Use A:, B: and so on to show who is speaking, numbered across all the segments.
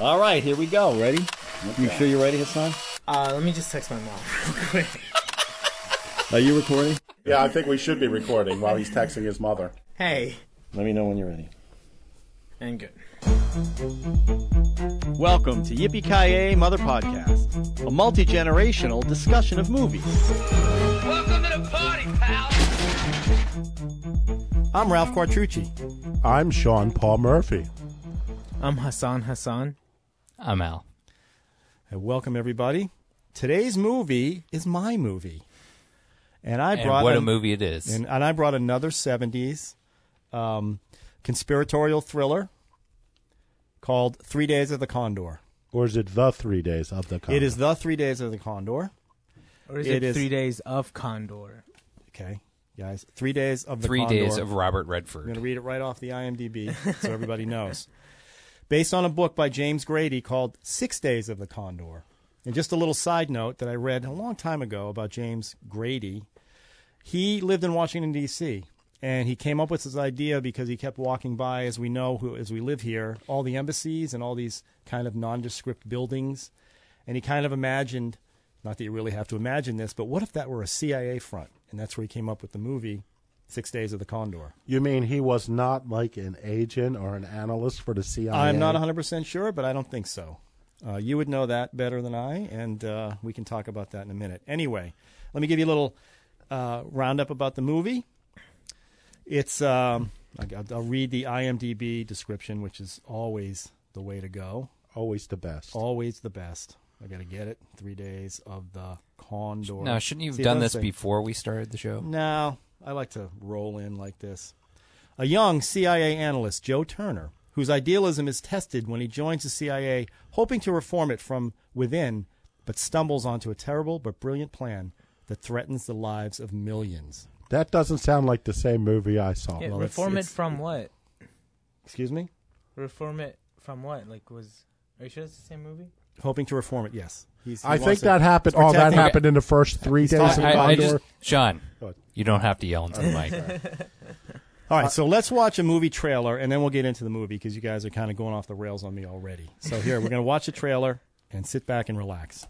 A: All right, here we go. Ready? You sure you're ready, Hassan?
B: Uh, let me just text my mom real quick.
A: Are you recording?
C: Yeah, I think we should be recording while he's texting his mother.
B: Hey,
A: Let me know when you're ready.
B: and good.
D: Welcome to Yippee Ki Mother Podcast, a multi generational discussion of movies.
E: Welcome to the party, pal.
D: I'm Ralph Quartucci.
C: I'm Sean Paul Murphy.
B: I'm Hassan Hassan.
F: I'm Al.
D: And welcome, everybody. Today's movie is my movie. And I
F: And
D: brought
F: what a
D: an-
F: movie it is.
D: And, and I brought another 70s um, conspiratorial thriller called Three Days of the Condor.
C: Or is it the three days of the con?
D: It is
F: Uh-huh.
D: the Three Days of the Condor.
B: Or is
D: It
B: it,
D: is-
B: three days of Condor?
D: Okay, guys. Three Days of the
F: Three
D: Condor.
F: days of Robert
D: I'm
F: Redford.
D: going to read it right off the IMDb so everybody knows. Based on a book by James Grady called Six Days of the Condor. And just a little side note that I read a long time ago about James Grady. He lived in Washington, D.C., and he came up with this idea because he kept walking by, as we know, who, as we live here, all the embassies and all these kind of nondescript buildings. And he kind of imagined, not that you really have to imagine this, but what if that were a CIA front? And that's where he came up with the movie Six Days of the Condor.
C: You mean he was not like an agent or an analyst for the CIA?
D: I'm not 100% sure, but I don't think so. Uh, you would know that better than I, and uh, we can talk about that in a minute. Anyway, let me give you a little uh, roundup about the movie. It's um, I- I'll- I'll read the IMDb description, which is always the way to go,
C: Always the best.
D: always the best. I got to get it. Three days of the Condor.
F: Now, shouldn't you have
D: See,
F: done
D: don't
F: this
D: say-
F: before we started the show?
D: no, I like to roll in like this. A young CIA analyst, Joe Turner, whose idealism is tested when he joins the CIA, hoping to reform it from within, but stumbles onto a terrible but brilliant plan that threatens the lives of millions.
C: That doesn't sound like the same movie I saw.
B: Yeah,
D: Oh, well, it's-
B: reform
D: it's-
B: it from what?
D: Excuse me?
B: Reform it from what? Like, was are you sure it's the same movie?
D: Hoping to reform it, yes. He's, he
C: I think
D: wants to-
C: that happened.
D: It's
C: All that
D: protecting-
C: happened in the first three days of
D: talking-
C: the
F: I, I just,
C: Condor.
F: Sean,
C: Go ahead.
F: you don't have to yell into the mic.
D: All right, so let's watch a movie trailer and then we'll get into the movie because you guys are kind of going off the rails on me already. So here, we're going to watch a trailer and sit back and relax.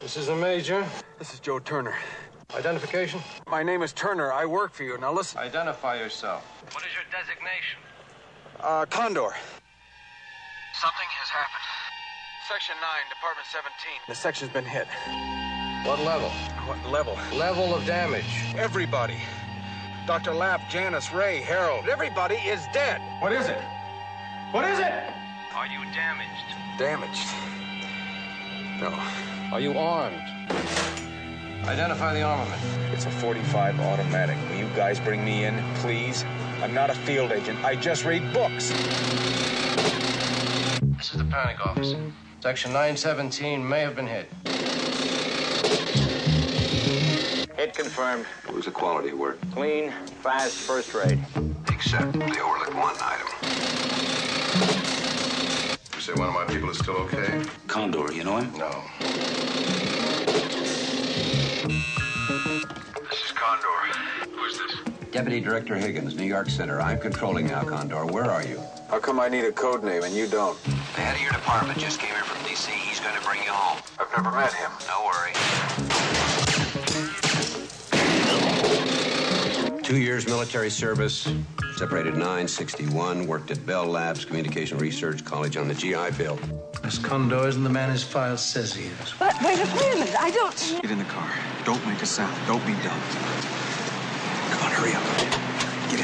G: This is the major.
H: This is Joe Turner.
G: Identification.
H: My name is Turner. I work for you. Now listen.
G: Identify yourself.
E: What is your designation?
H: Uh, Condor.
E: Something has happened.
H: Section 9, Department 17. The section's been hit.
G: What level?
H: What level?
G: Level of damage.
H: Everybody. Dr. Lapp, Janice, Ray, Harold. Everybody is dead.
G: What is it? What is it?
E: Are you damaged?
H: Damaged. No.
G: Are you armed? Identify the armament.
H: It's a 45 automatic. Will you guys bring me in, please? I'm not a field agent. I just read books.
G: This is the panic office. Section 917 may have been hit.
I: Hit confirmed.
H: It was a quality work.
I: Clean, fast, first rate.
H: Except they overlooked one item.
I: You say one of my people is still okay? Condor, you know him?
H: No.
I: This is Condor. Who's this?
H: Deputy Director Higgins, New York Center. I'm controlling now, Condor. Where are you? How come I need a code name and you don't? The head of your department just came here from D.C. He's going to bring you home. I've never met him. No worry. Two years military service, separated 961, worked at Bell Labs Communication Research College on the GI Bill.
G: This Condor isn't the man his file says he is.
J: But wait, a- wait a minute. I don't.
H: Get in the car. Don't make a sound. Don't be dumb. Come on, hurry up. Get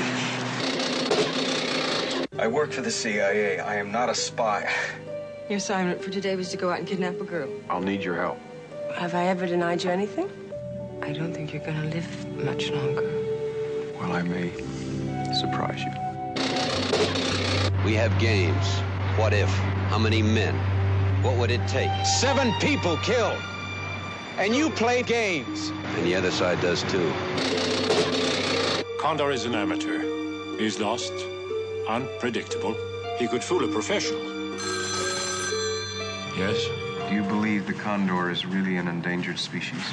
H: in. I work for the CIA. I am not a spy.
J: Your assignment for today was to go out and kidnap a girl.
H: I'll need your help.
J: Have I ever denied you anything? I don't think you're gonna live much longer.
H: Well, I may surprise you. We have games. What if? How many men? What would it take? Seven people killed. And you play games. And the other side does too.
K: Condor is an amateur. He's lost, unpredictable. He could fool a professional. Yes?
H: Do you believe the condor is really an endangered species?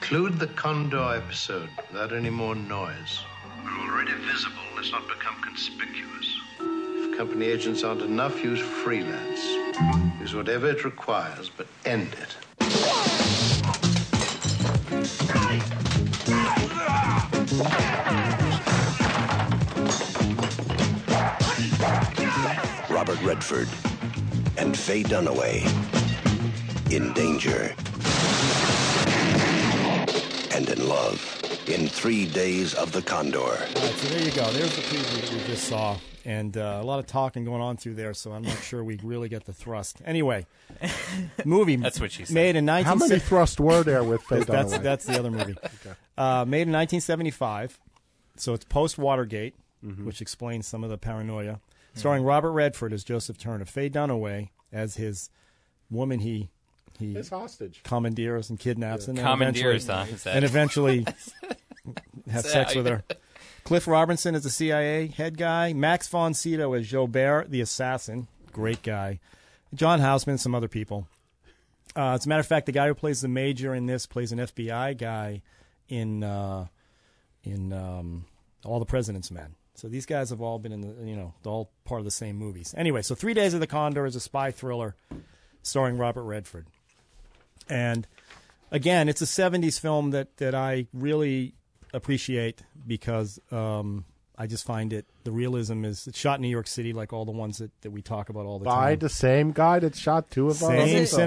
G: Include the Condor episode without any more noise.
I: We're already visible. Let's not become conspicuous.
G: If company agents aren't enough, use freelance. Use whatever it requires, but end it.
L: Robert Redford and Faye Dunaway in danger and in love in three days of the Condor.
D: All right, so there you go. There's the preview that we just saw, and uh, a lot of talking going on through there. So I'm not sure we really get the thrust. Anyway, movie. that's what she
C: said.
D: Made in 19-
C: How many thrust were there with Faye
D: that's
C: Dunaway?
D: that's the other movie. uh, made in 1975, so it's post Watergate,
C: Mm-hmm.
D: which explains some of the paranoia. Starring Robert Redford as Joseph Turner, Faye Dunaway as his woman he he
C: His hostage.
D: commandeers and kidnaps and then
F: Commandeers,
D: eventually-
F: huh? Is that-
D: and eventually have
F: Is that
D: sex
F: how
D: with
F: you-
D: her. Cliff Robinson is the CIA head guy. Max von Sydow as Jobert, the assassin. Great guy. John Houseman, some other people. Uh, as a matter of fact, the guy who plays the major in this plays an FBI guy in uh, in um, All the President's Men. So these guys have all been in the you know they're all part of the same movies. Anyway, so Three Days of the Condor is a spy thriller starring Robert Redford, and again, it's a '70s film that that I really appreciate because um, I just find it the realism is it's shot in New York City like all the ones that, that we talk about all the
C: By
D: time.
C: the same guy that shot two of
D: Same
C: us.
B: Did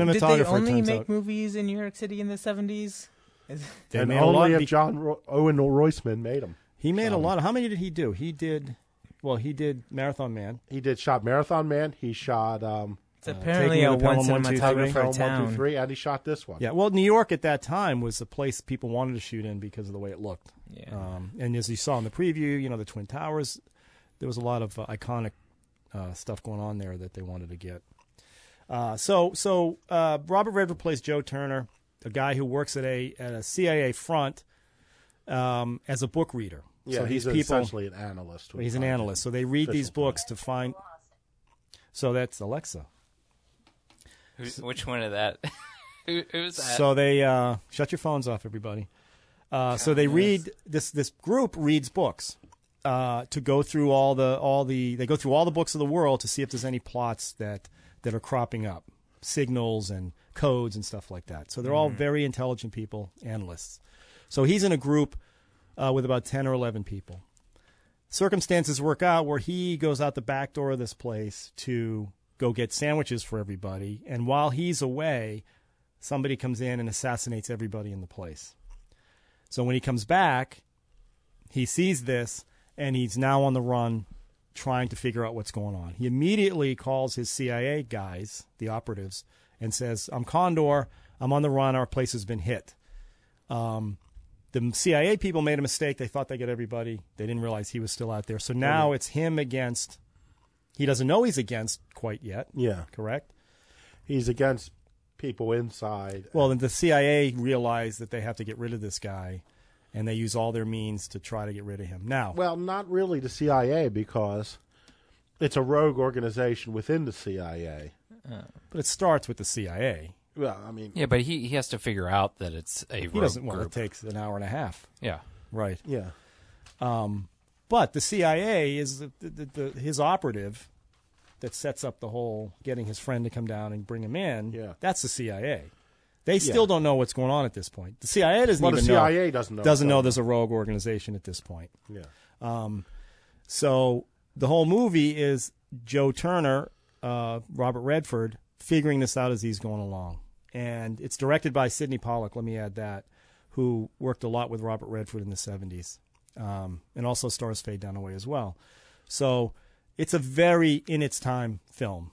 B: they only
D: turns
B: make
D: out.
B: movies in New York City in the 70s? Is-
C: and
D: made a lot
C: only Um, if
D: be-
C: John Ro- Owen Roisman made him.
D: He made a lot. Of, how many did he do? He did. Well, he did Marathon Man.
C: He did shot Marathon Man. He shot. Um,
B: It's apparently
D: Uh, Taking
B: a
D: the Pelham
B: one
D: one, two, three.
B: cinematographer
C: Film one, two,
B: town.
C: three, and he shot this one.
D: Yeah. Well, New York at that time was the place people wanted to shoot in because of the way it looked.
B: Yeah.
D: Um, and as you saw in the preview, you know the Twin Towers. There was a lot of uh, iconic uh, stuff going on there that they wanted to get. Uh, so so uh, Robert Redford plays Joe Turner, a guy who works at a at a CIA front um, as a book reader.
C: Yeah,
D: so these
C: he's
D: people
C: essentially an analyst with
D: He's an
C: content.
D: analyst, so they read these
C: Official
D: books to find. So that's Alexa.
F: Who, which one of that? Who, who's that?
D: So they uh, shut your phones off, everybody. Uh, so they read this. This group reads books uh, to go through all the all the. They go through all the books of the world to see if there's any plots that that are cropping up, signals and codes and stuff like that. So they're all very intelligent people, analysts. So he's in a group uh, with about ten or eleven people. Circumstances work out where he goes out the back door of this place to go get sandwiches for everybody, and while he's away, somebody comes in and assassinates everybody in the place. So when he comes back, he sees this and he's now on the run trying to figure out what's going on. He immediately calls his CIA guys, the operatives, and says, I'm Condor. I'm on the run. Our place has been hit. Um, the CIA people made a mistake. They thought they got everybody. They didn't realize he was still out there. So now it's him against. He doesn't know he's against quite yet.
C: Yeah.
D: Correct?
C: He's against people inside.
D: Well, then the CIA realized that they have to get rid of this guy, and they use all their means to try to get rid of him. Now,
C: Well, not really the CIA because it's a rogue organization within the CIA.
D: but it starts with the CIA.
C: Well, I mean,
F: yeah, but he, he has to figure out that it's a
D: He doesn't
F: rogue
D: want
F: group.
D: it takes an hour and a half.
F: yeah.
D: Right.
C: yeah.
D: Um, but the CIA is the, the, the, the, his operative that sets up the whole getting his friend to come down and bring him in.
C: Yeah.
D: That's the CIA. They still don't know what's going on at this point. The CIA doesn't
C: Well, the
D: even
C: CIA
D: know,
C: doesn't know
D: doesn't
C: what's
D: know
C: going
D: there's a rogue organization at this point.
C: Yeah.
D: Um, so the whole movie is Joe Turner, uh, Robert Redford, figuring this out as he's going along. And it's directed by Sidney Pollack, let me add that, who worked a lot with Robert Redford in the 70s um, and also stars Faye Dunaway as well. So it's a very in its time film,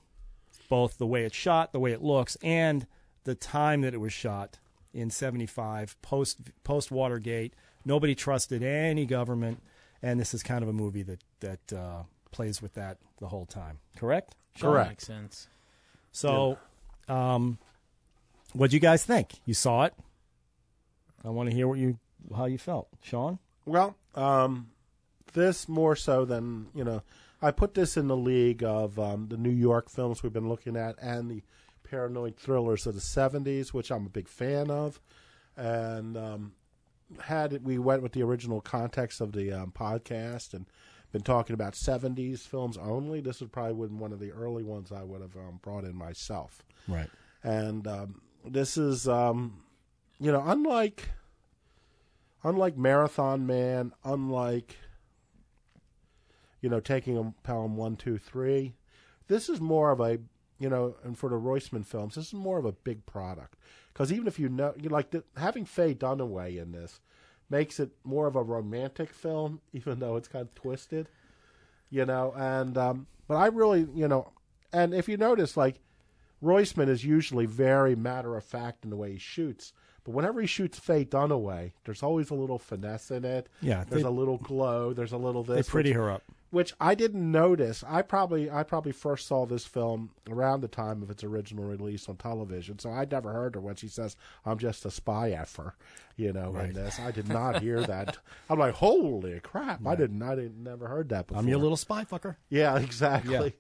D: both the way it's shot, the way it looks, and the time that it was shot in 75 post post Watergate. Nobody trusted any government, and this is kind of a movie that that uh, plays with that the whole time. Correct?
B: That makes sense.
D: So, um, what do you guys think? You saw it. I want to hear what you how you felt, Sean.
C: Well, um, this more so than you know. I put this in the league of um, the New York films we've been looking at and the paranoid thrillers of the '70s, which I'm a big fan of. And um, had we went with the original context of the um, podcast and been talking about 70s films only, this would probably been one of the early ones I would have um, brought in myself.
D: Right.
C: And um, this is, um, you know, unlike unlike Marathon Man, unlike you know taking a Pelham one two three, this is more of a you know, and for the Roisman films, this is more of a big product because even if you know, you like the, having Faye Dunaway in this makes it more of a romantic film, even though it's kind of twisted, you know. And um, but I really, you know, and if you notice, like Roisman is usually very matter of fact in the way he shoots. But whenever he shoots Faye Dunaway, there's always a little finesse in it.
D: Yeah,
C: there's
D: they-
C: a little glow. There's a little this.
D: They pretty
C: which-
D: her up.
C: which I didn't notice. I probably I probably first saw this film around the time of its original release on television, so I'd never heard her when she says, "I'm just a spy effer," you know. In
D: Right.
C: this, I did not hear that. I'm like, "Holy crap!" I
D: Right.
C: didn't I didn't never heard that before.
D: I'm your little spy fucker.
C: yeah, exactly.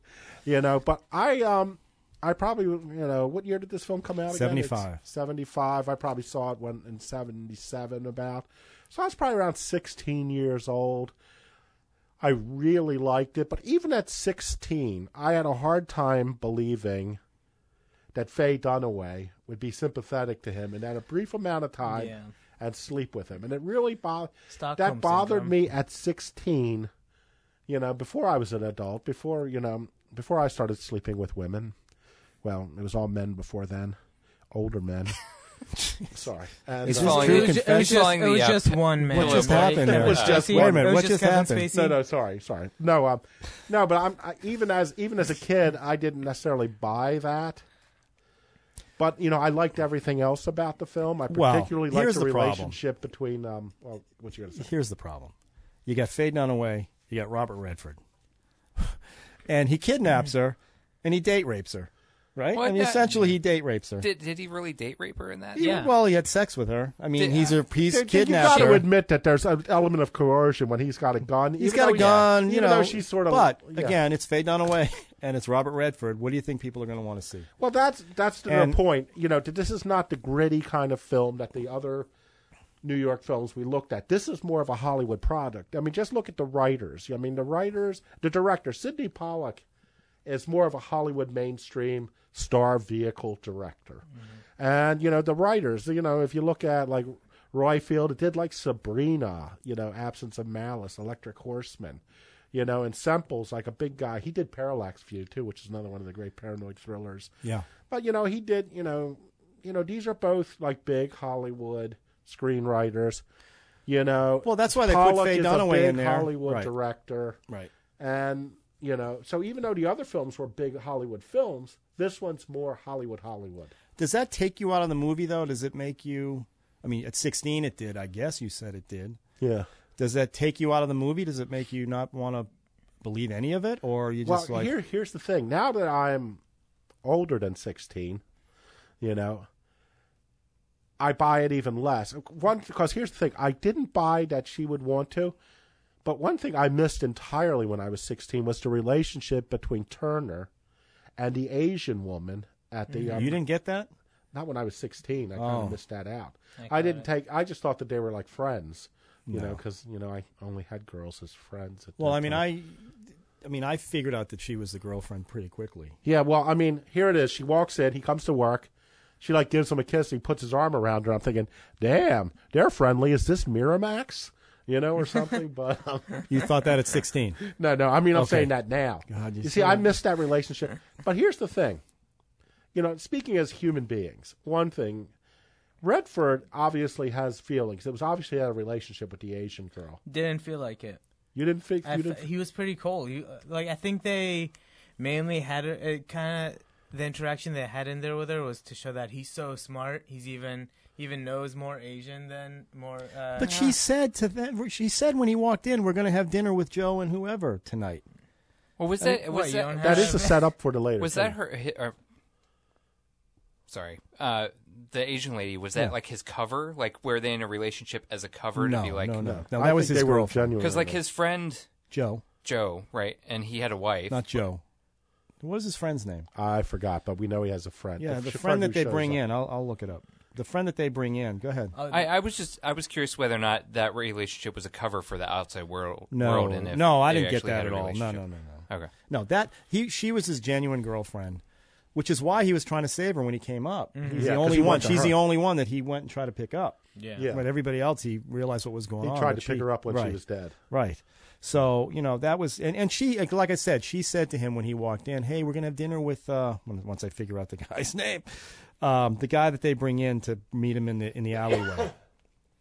C: You know, but I um I probably you know what year did this film come out? Again?
D: 75.
C: Seventy five. I probably saw it when in seventy seven about. So I was probably around sixteen years old. I really liked it, but even at 16, I had a hard time believing that Faye Dunaway would be sympathetic to him in that a brief amount of time
B: Yeah.
C: and sleep with him. And it really bothered
B: Stockholm
C: that bothered
B: syndrome.
C: me at 16, you know, before I was an adult, before, you know, before I started sleeping with women. Well, it was all men before then, older men. Sorry. And,
B: It's
C: uh,
B: following- It was ju- it was just- it was just one man,
D: What just
B: right?
D: happened?
B: It
D: there?
B: was just
D: wait a
B: one-
D: minute.
B: it was
D: What
B: just
D: just
B: Kevin
D: happened?
B: Spacey.
C: No, no, sorry, sorry. No, um, no, but I'm I, even as even as a kid, I didn't necessarily buy that. But you know, I liked everything else about the film. I
D: Well,
C: particularly
D: here's
C: liked the,
D: the problem.
C: relationship between. Um, well, what you gonna say?
D: Here's the problem. You got Faye Dunaway. You got Robert Redford, and he kidnaps her, and he date rapes her. Right?
F: What
D: I mean,
F: the-
D: essentially, he date rapes her.
F: Did, did he really date rape her in that?
D: He- Well, he had sex with her. I mean, he's a he's
C: You-
D: kidnapped
C: You got
D: her.
C: to admit that there's an element of coercion when he's got a gun.
D: He's
C: even
D: got
C: though
D: a gun, you
C: Oh, even
D: know.
C: though she's sort of.
D: but
C: yeah.
D: again, it's Faye Dunaway and it's Robert Redford. What do you think people are going to want to see?
C: Well, that's that's the
D: And-
C: point. You know, that this is not the gritty kind of film that the other New York films we looked at. This is more of a Hollywood product. I mean, just look at the writers. I mean, the writers, the director, Sidney Pollack, is more of a Hollywood mainstream star vehicle director. And you know, the writers. You know, if you look at like Roy Field, it did like Sabrina. You know, Absence of Malice, Electric Horseman. You know, and Semple's like a big guy. He did Parallax View too, which is another one of the great paranoid thrillers.
D: Yeah.
C: But you know, he did. You know, you know, these are both like big Hollywood screenwriters. You know,
D: Well, that's why they put
C: Pollock
D: Faye
C: is a
D: Dunaway
C: big
D: in there.
C: Hollywood
D: Right.
C: director,
D: Right.
C: And you know, so even though the other films were big Hollywood films, this one's more Hollywood Hollywood.
D: Does that take you out of the movie though? Does it make you? I mean, at 16, it did. I guess you said it did.
C: Yeah.
D: Does that take you out of the movie? Does it make you not want to believe any of it, or are you just
C: well,
D: like
C: here here's the thing. Now that I'm older than 16, you know, I buy it even less. One because here's the thing, I didn't buy that she would want to. But one thing I missed entirely when I was 16 was the relationship between Turner and the Asian woman at the um,
D: Mm-hmm. you didn't get that?
C: not when I was 16. I kind
D: Oh.
C: of missed that out.
D: I
C: I,
D: got
C: didn't
D: it.
C: take I just thought that they were like friends, you know,
D: No.
C: 'cause know, cuz you know I only had girls as friends. At
D: Well,
C: that
D: I mean,
C: time.
D: I, I mean, I figured out that she was the girlfriend pretty quickly.
C: Yeah, well, I mean, here it is. She walks in. He comes to work. She like gives him a kiss. He puts his arm around her. I'm thinking, damn, they're friendly. Is this Miramax? You know, or something. but um,
D: You thought that at 16.
C: no, no. I mean, I'm
D: Okay.
C: saying that now.
D: God,
C: you
D: you
C: see,
D: son
C: I
D: of-
C: missed that relationship. But here's the thing. You know, speaking as human beings, one thing, Redford obviously has feelings. It was obviously had a relationship with the Asian girl.
B: Didn't feel like it.
C: You didn't think
B: I
C: you
B: fe-
C: didn't.
B: he was pretty cold. You like I think they mainly had a, a kind of the interaction they had in there with her was to show that he's so smart. He's even even knows more Asian than more. Uh,
D: But she said to them, she said when he walked in, we're going to have dinner with Joe and whoever tonight.
F: Well, was
D: I mean,
F: that was
B: you
F: that,
B: don't
C: That is the setup for the later.
F: Was
C: thing.
F: that her? hi- Or, sorry, uh, the Asian lady. Was that
D: Yeah.
F: like his cover? Like were they in a relationship as a cover
D: No,
F: to be like?
D: no, no,
C: No.
D: no.
C: I
D: that was
C: think
D: his
C: they were
D: girlfriend,
C: genuine.
F: Because like his friend
D: Joe,
F: Joe, right? And he had a wife.
D: not Joe. What was his friend's name?
C: I forgot, but we know he has a friend.
D: Yeah, the
C: sh-
D: friend that
C: who
D: they
C: shows
D: bring
C: up.
D: in. I'll, I'll look it up. the friend that they bring in. Go ahead.
F: I, I was just I was curious whether or not that relationship was a cover for the outside world.
D: No,
F: world and if
D: no, I
F: they
D: didn't get
F: actually
D: that
F: had a
D: at all. No,
F: relationship.
D: no, no, no.
F: Okay.
D: No, that he she was his genuine girlfriend, which is why he was trying to save her when he came up.
F: Mhm.
D: He's
C: Yeah,
D: the
C: 'cause
D: only
C: he
D: one.
C: went to
D: She's the
C: her.
D: only one that he went and tried to pick up.
C: Yeah. Yeah.
D: When everybody else, he realized what was going
C: He
D: on.
C: tried
D: but
C: to pick her up when she
D: right.
C: was dead.
D: Right. So you know that was and, and she like- like I said she said to him when he walked in, "Hey, we're gonna have dinner with uh, when- once I figure out the guy's name, um, the guy that they bring in to meet him in the in the alleyway."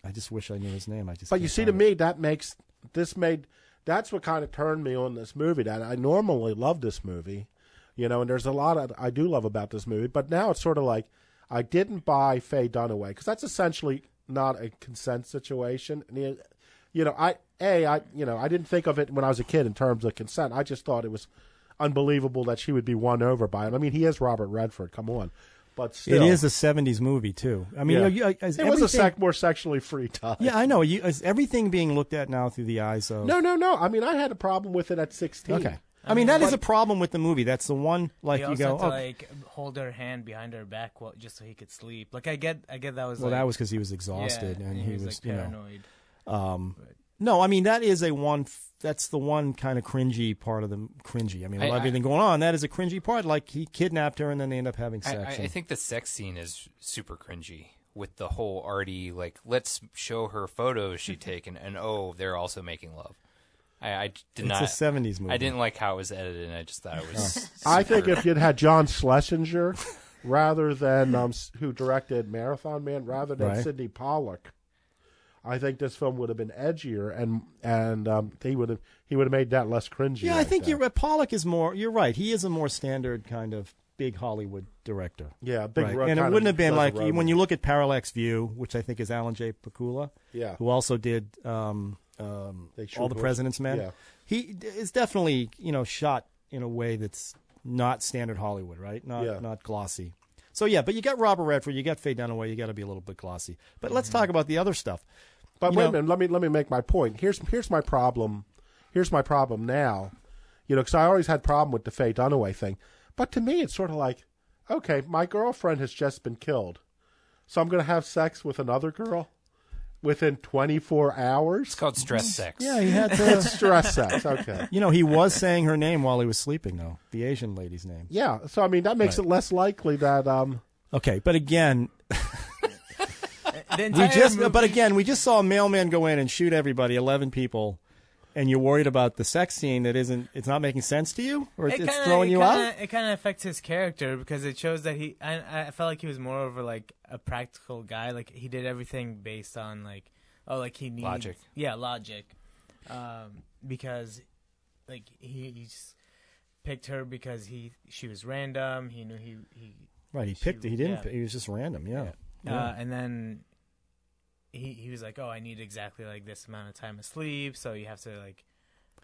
D: I just wish I knew his name. I just
C: But you see, to me, that makes this made that's what kind of turned me on this movie. That I normally love this movie, you know, and there's a lot of, I do love about this movie. But now it's sort of like I didn't buy Faye Dunaway because that's essentially not a consent situation. And you- You know, I a I you know I didn't think of it when I was a kid in terms of consent. I just thought it was unbelievable that she would be won over by it. I mean, he is Robert Redford. Come on, but still,
D: it is a '70s movie too. I mean,
C: Yeah.
D: you know, you- as
C: it was a
D: everything-
C: sec- more sexually free time.
D: Yeah, I know. You, is everything being looked at now through the eyes of
C: No, no, no. I mean, I had a problem with it at 16.
D: Okay. I mean, that is a problem with the movie. That's the one like
B: he
D: you
B: also
D: go,
B: had to,
D: oh,
B: like hold her hand behind her back while, just so he could sleep. Like I get, I get that was.
D: well,
B: like-
D: that was because he was
B: Yeah,
D: exhausted and, he was,
B: like,
D: you know,
B: paranoid.
D: Um, no, I mean that is a one. f- That's the one kind of cringy part of the cringy. I mean, a
F: I-
D: lot of
F: I-
D: everything going on. That is a cringy part. Like he kidnapped her and then they end up having
F: I,
D: sex.
F: I, I
D: and-
F: think the sex scene is super cringy with the whole arty like let's show her photos she taken and oh they're also making love. I, I
D: It's a
F: did not
D: 70s movie. Oh.
F: I didn't like how it was edited and I just thought it was.
C: I think
F: super-
C: if you'd had John Schlesinger rather than um, s- who directed Marathon Man, rather than
D: Right.
C: Sidney Pollack, I think this film would have been edgier and and um, he would have he would have made that less cringy.
D: yeah, I
C: right
D: think
C: there.
D: you're right. Pollock is more. You're right. He is a more standard kind of big Hollywood director.
C: Yeah, big
D: right?
C: ro-
D: and it
C: kind
D: wouldn't
C: of
D: have been
C: does a
D: like
C: romance.
D: when you look at Parallax View, which I think is Alan J. Pakula,
C: Yeah.
D: who also did um, um,
C: They
D: all
C: Shoot
D: the
C: Horses.
D: President's Men.
C: Yeah.
D: He d- is definitely you know shot in a way that's not standard Hollywood, right? Not
C: Yeah.
D: not glossy. So yeah, but you got Robert Redford, you got Faye Dunaway, you got to be a little bit glossy. But let's
C: Mm-hmm.
D: talk about the other stuff.
C: But
D: You
C: wait
D: know-
C: a minute, let me let me make my point. Here's here's my problem. Here's my problem now. You know, because I always had problem with the Faye Dunaway thing. But to me, it's sort of like, okay, my girlfriend has just been killed, so I'm going to have sex with another girl within 24 hours. It's
F: called stress sex.
D: Yeah, he had to-
C: it's stress sex. Okay.
D: You know, he was saying her name while he was sleeping, though the Asian lady's name.
C: Yeah. So I mean, that makes
D: Right.
C: it less likely that um.
D: Okay, but again,
B: The
D: we
B: entire
D: just
B: movie-
D: but again we just saw a mailman go in and shoot everybody 11 people and you're worried about the sex scene that isn't it's not making sense to you or it's,
B: It
D: it's
B: kinda-
D: throwing
B: it
D: you
B: kinda,
D: out
B: It kind of affects his character because it shows that he. I, I felt like he was more over like a practical guy. Like he did everything based on like, oh, like he needs
F: Logic.
B: Yeah, logic. Um, because like he, he just picked her because he she was random. He knew he he.
D: right he
B: she-
D: picked it he didn't
B: yeah.
D: pick he was just random yeah,
B: Uh, and then he he was like, "Oh, I need exactly like this amount of time of sleep, so you have to like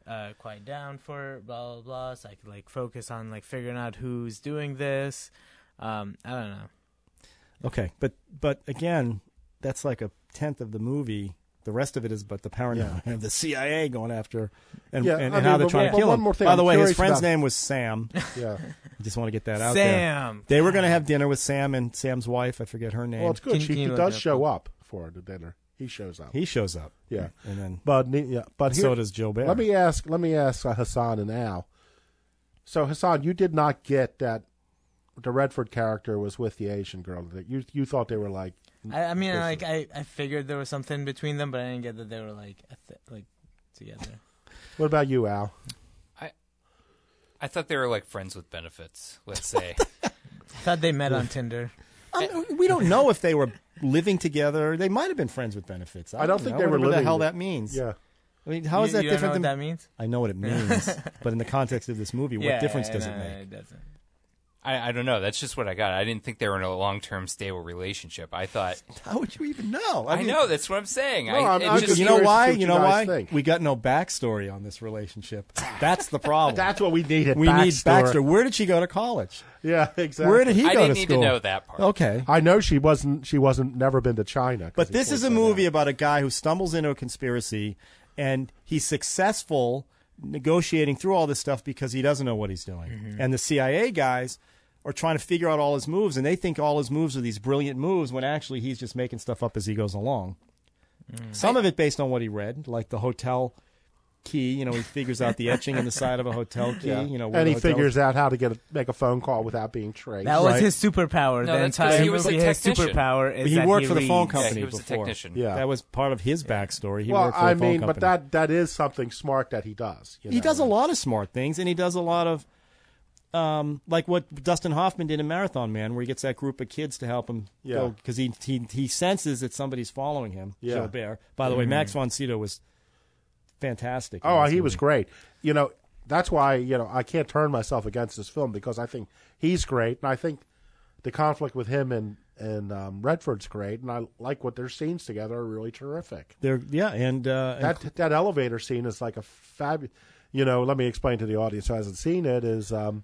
B: uh, quiet down for blah blah blah, so I could like focus on like figuring out who's doing this." Um, I don't know.
D: okay but but again that's like a tenth of the movie the rest of it is but the paranoia of the CIA going after and,
C: Yeah,
D: and,
C: I
D: and
C: mean,
D: how they're
C: but-
D: trying
C: but
D: to kill
C: one
D: him.
C: more thing
D: By
C: I'm
D: the way, his
C: curious
D: friend's
C: about-
D: name was Sam.
C: Yeah.
D: I just want to get that out
B: Sam.
D: there. They were going to have dinner with Sam and Sam's wife. I forget her name.
C: Well, it's good.
D: Can-
C: she
D: can you
C: he
D: look
C: does
D: it up?
C: show up for the dinner. He shows up.
D: He shows up.
C: Yeah,
D: And then
C: but ne- yeah, but
D: and
C: here-
D: so does Joe Bear.
C: Let me ask. Let me ask uh, Hassan and Al. So Hassan, you did not get that the Redford character was with the Asian girl. That you you thought they were like.
B: I, I mean,
C: this
B: like I, I figured there was something between them, but I didn't get that they were like a th- like together.
C: is- What about you, Al?
F: I thought they were like friends with benefits. Let's say.
B: Thought they met on Tinder.
D: I mean, we don't know if they were living together. They might have been friends with benefits. I,
C: I don't think
D: know,
C: they were
D: whatever the
C: living
D: hell
C: with-
D: that means.
C: Yeah.
D: I mean, how
B: You-
D: is that
B: you don't
D: different
B: know
D: than
B: what that means?
D: I know what it
B: Yeah.
D: means, but in the context of this movie,
B: Yeah,
D: what difference
B: yeah,
D: does
B: no,
D: it make?
B: It doesn't.
F: I, I don't know. That's just what I got. I didn't think they were in a long term stable relationship. I thought.
D: How would you even know?
F: I, know. That's what I'm saying.
D: No,
F: I,
D: I'm-
F: it
D: I'm
F: just,
D: you know why?
C: what
D: You
C: you
D: know why?
C: guys think.
D: We got no backstory on this relationship. That's the problem.
C: That's what we needed.
D: we need
C: backstory.
D: backstory. Where did she go to college?
C: Yeah, exactly.
D: Where did he
F: I
D: go
F: didn't
D: to
F: need to
D: school?
F: know that part.
D: Okay.
C: I know she wasn't. She wasn't. Never been to China.
D: But this is a movie about a guy who stumbles into a conspiracy and he's successful negotiating through all this stuff because he doesn't know what he's doing. And the CIA guys are trying to figure out all his moves, and they think all his moves are these brilliant moves when actually he's just making stuff up as he goes along. Some of it based on what he read, like the hotel key. You know, he figures out the etching in the side of a hotel key.
C: Yeah.
D: You know, where
C: and
D: the
C: he
D: hotel-
C: figures out how to get a, make a phone call without being traced.
B: That was his superpower.
C: No,
B: the
C: that's 'cause
B: entire
C: he was
B: movie,
C: a
B: his
C: technician.
B: superpower is
D: But he
B: that
D: worked for the
B: reads.
D: phone company before.
C: Yeah.
D: that was part of his backstory. He
C: well,
D: worked for
C: I
D: the phone
C: mean,
D: company.
C: but that that is something smart that he does. you
D: he
C: know.
D: does a lot of smart things, and he does a lot of, um, like what Dustin Hoffman did in Marathon Man, where he gets that group of kids to help him.
C: Yeah.
D: because he, he he senses that somebody's following him.
C: Yeah.
D: Joe Bear. By the way,
C: Mhm.
D: Max von Sydow was fantastic. in
C: Oh,
D: this
C: he was
D: movie.
C: great. You know, that's why you know I can't turn myself against this film because I think he's great, and I think the conflict with him and and um, Redford's great, and I like what their scenes together are really terrific.
D: There, yeah, and uh, and
C: that that elevator scene is like a fab. You know, let me explain to the audience who hasn't seen it is um,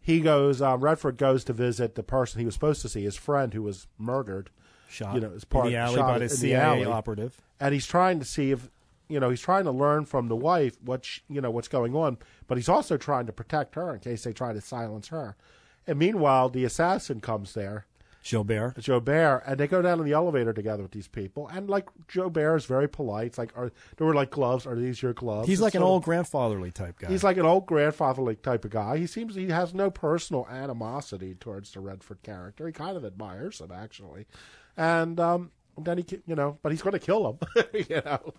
C: he goes um, Redford goes to visit the person he was supposed to see, his friend who was murdered,
D: Shot
C: You know, as
D: in
C: part
D: the alley
C: shot
D: by
C: in
D: the
C: the
D: CIA
C: alley.
D: operative.
C: and he's trying to see if you know he's trying to learn from the wife what she, you know what's going on, but he's also trying to protect her in case they try to silence her. And meanwhile, the assassin comes there.
D: Gilbert.
C: Jobert, and they go down in the elevator together with these people. And like Jobert is very polite. It's like, are there were like gloves? Are these your gloves?
D: He's
C: It's
D: like an
C: sort of-
D: old grandfatherly type guy.
C: He's like an old grandfatherly type of guy. He seems he has no personal animosity towards the Redford character. He kind of admires him actually, and um, then he ki- you know, but he's going to kill him. you know,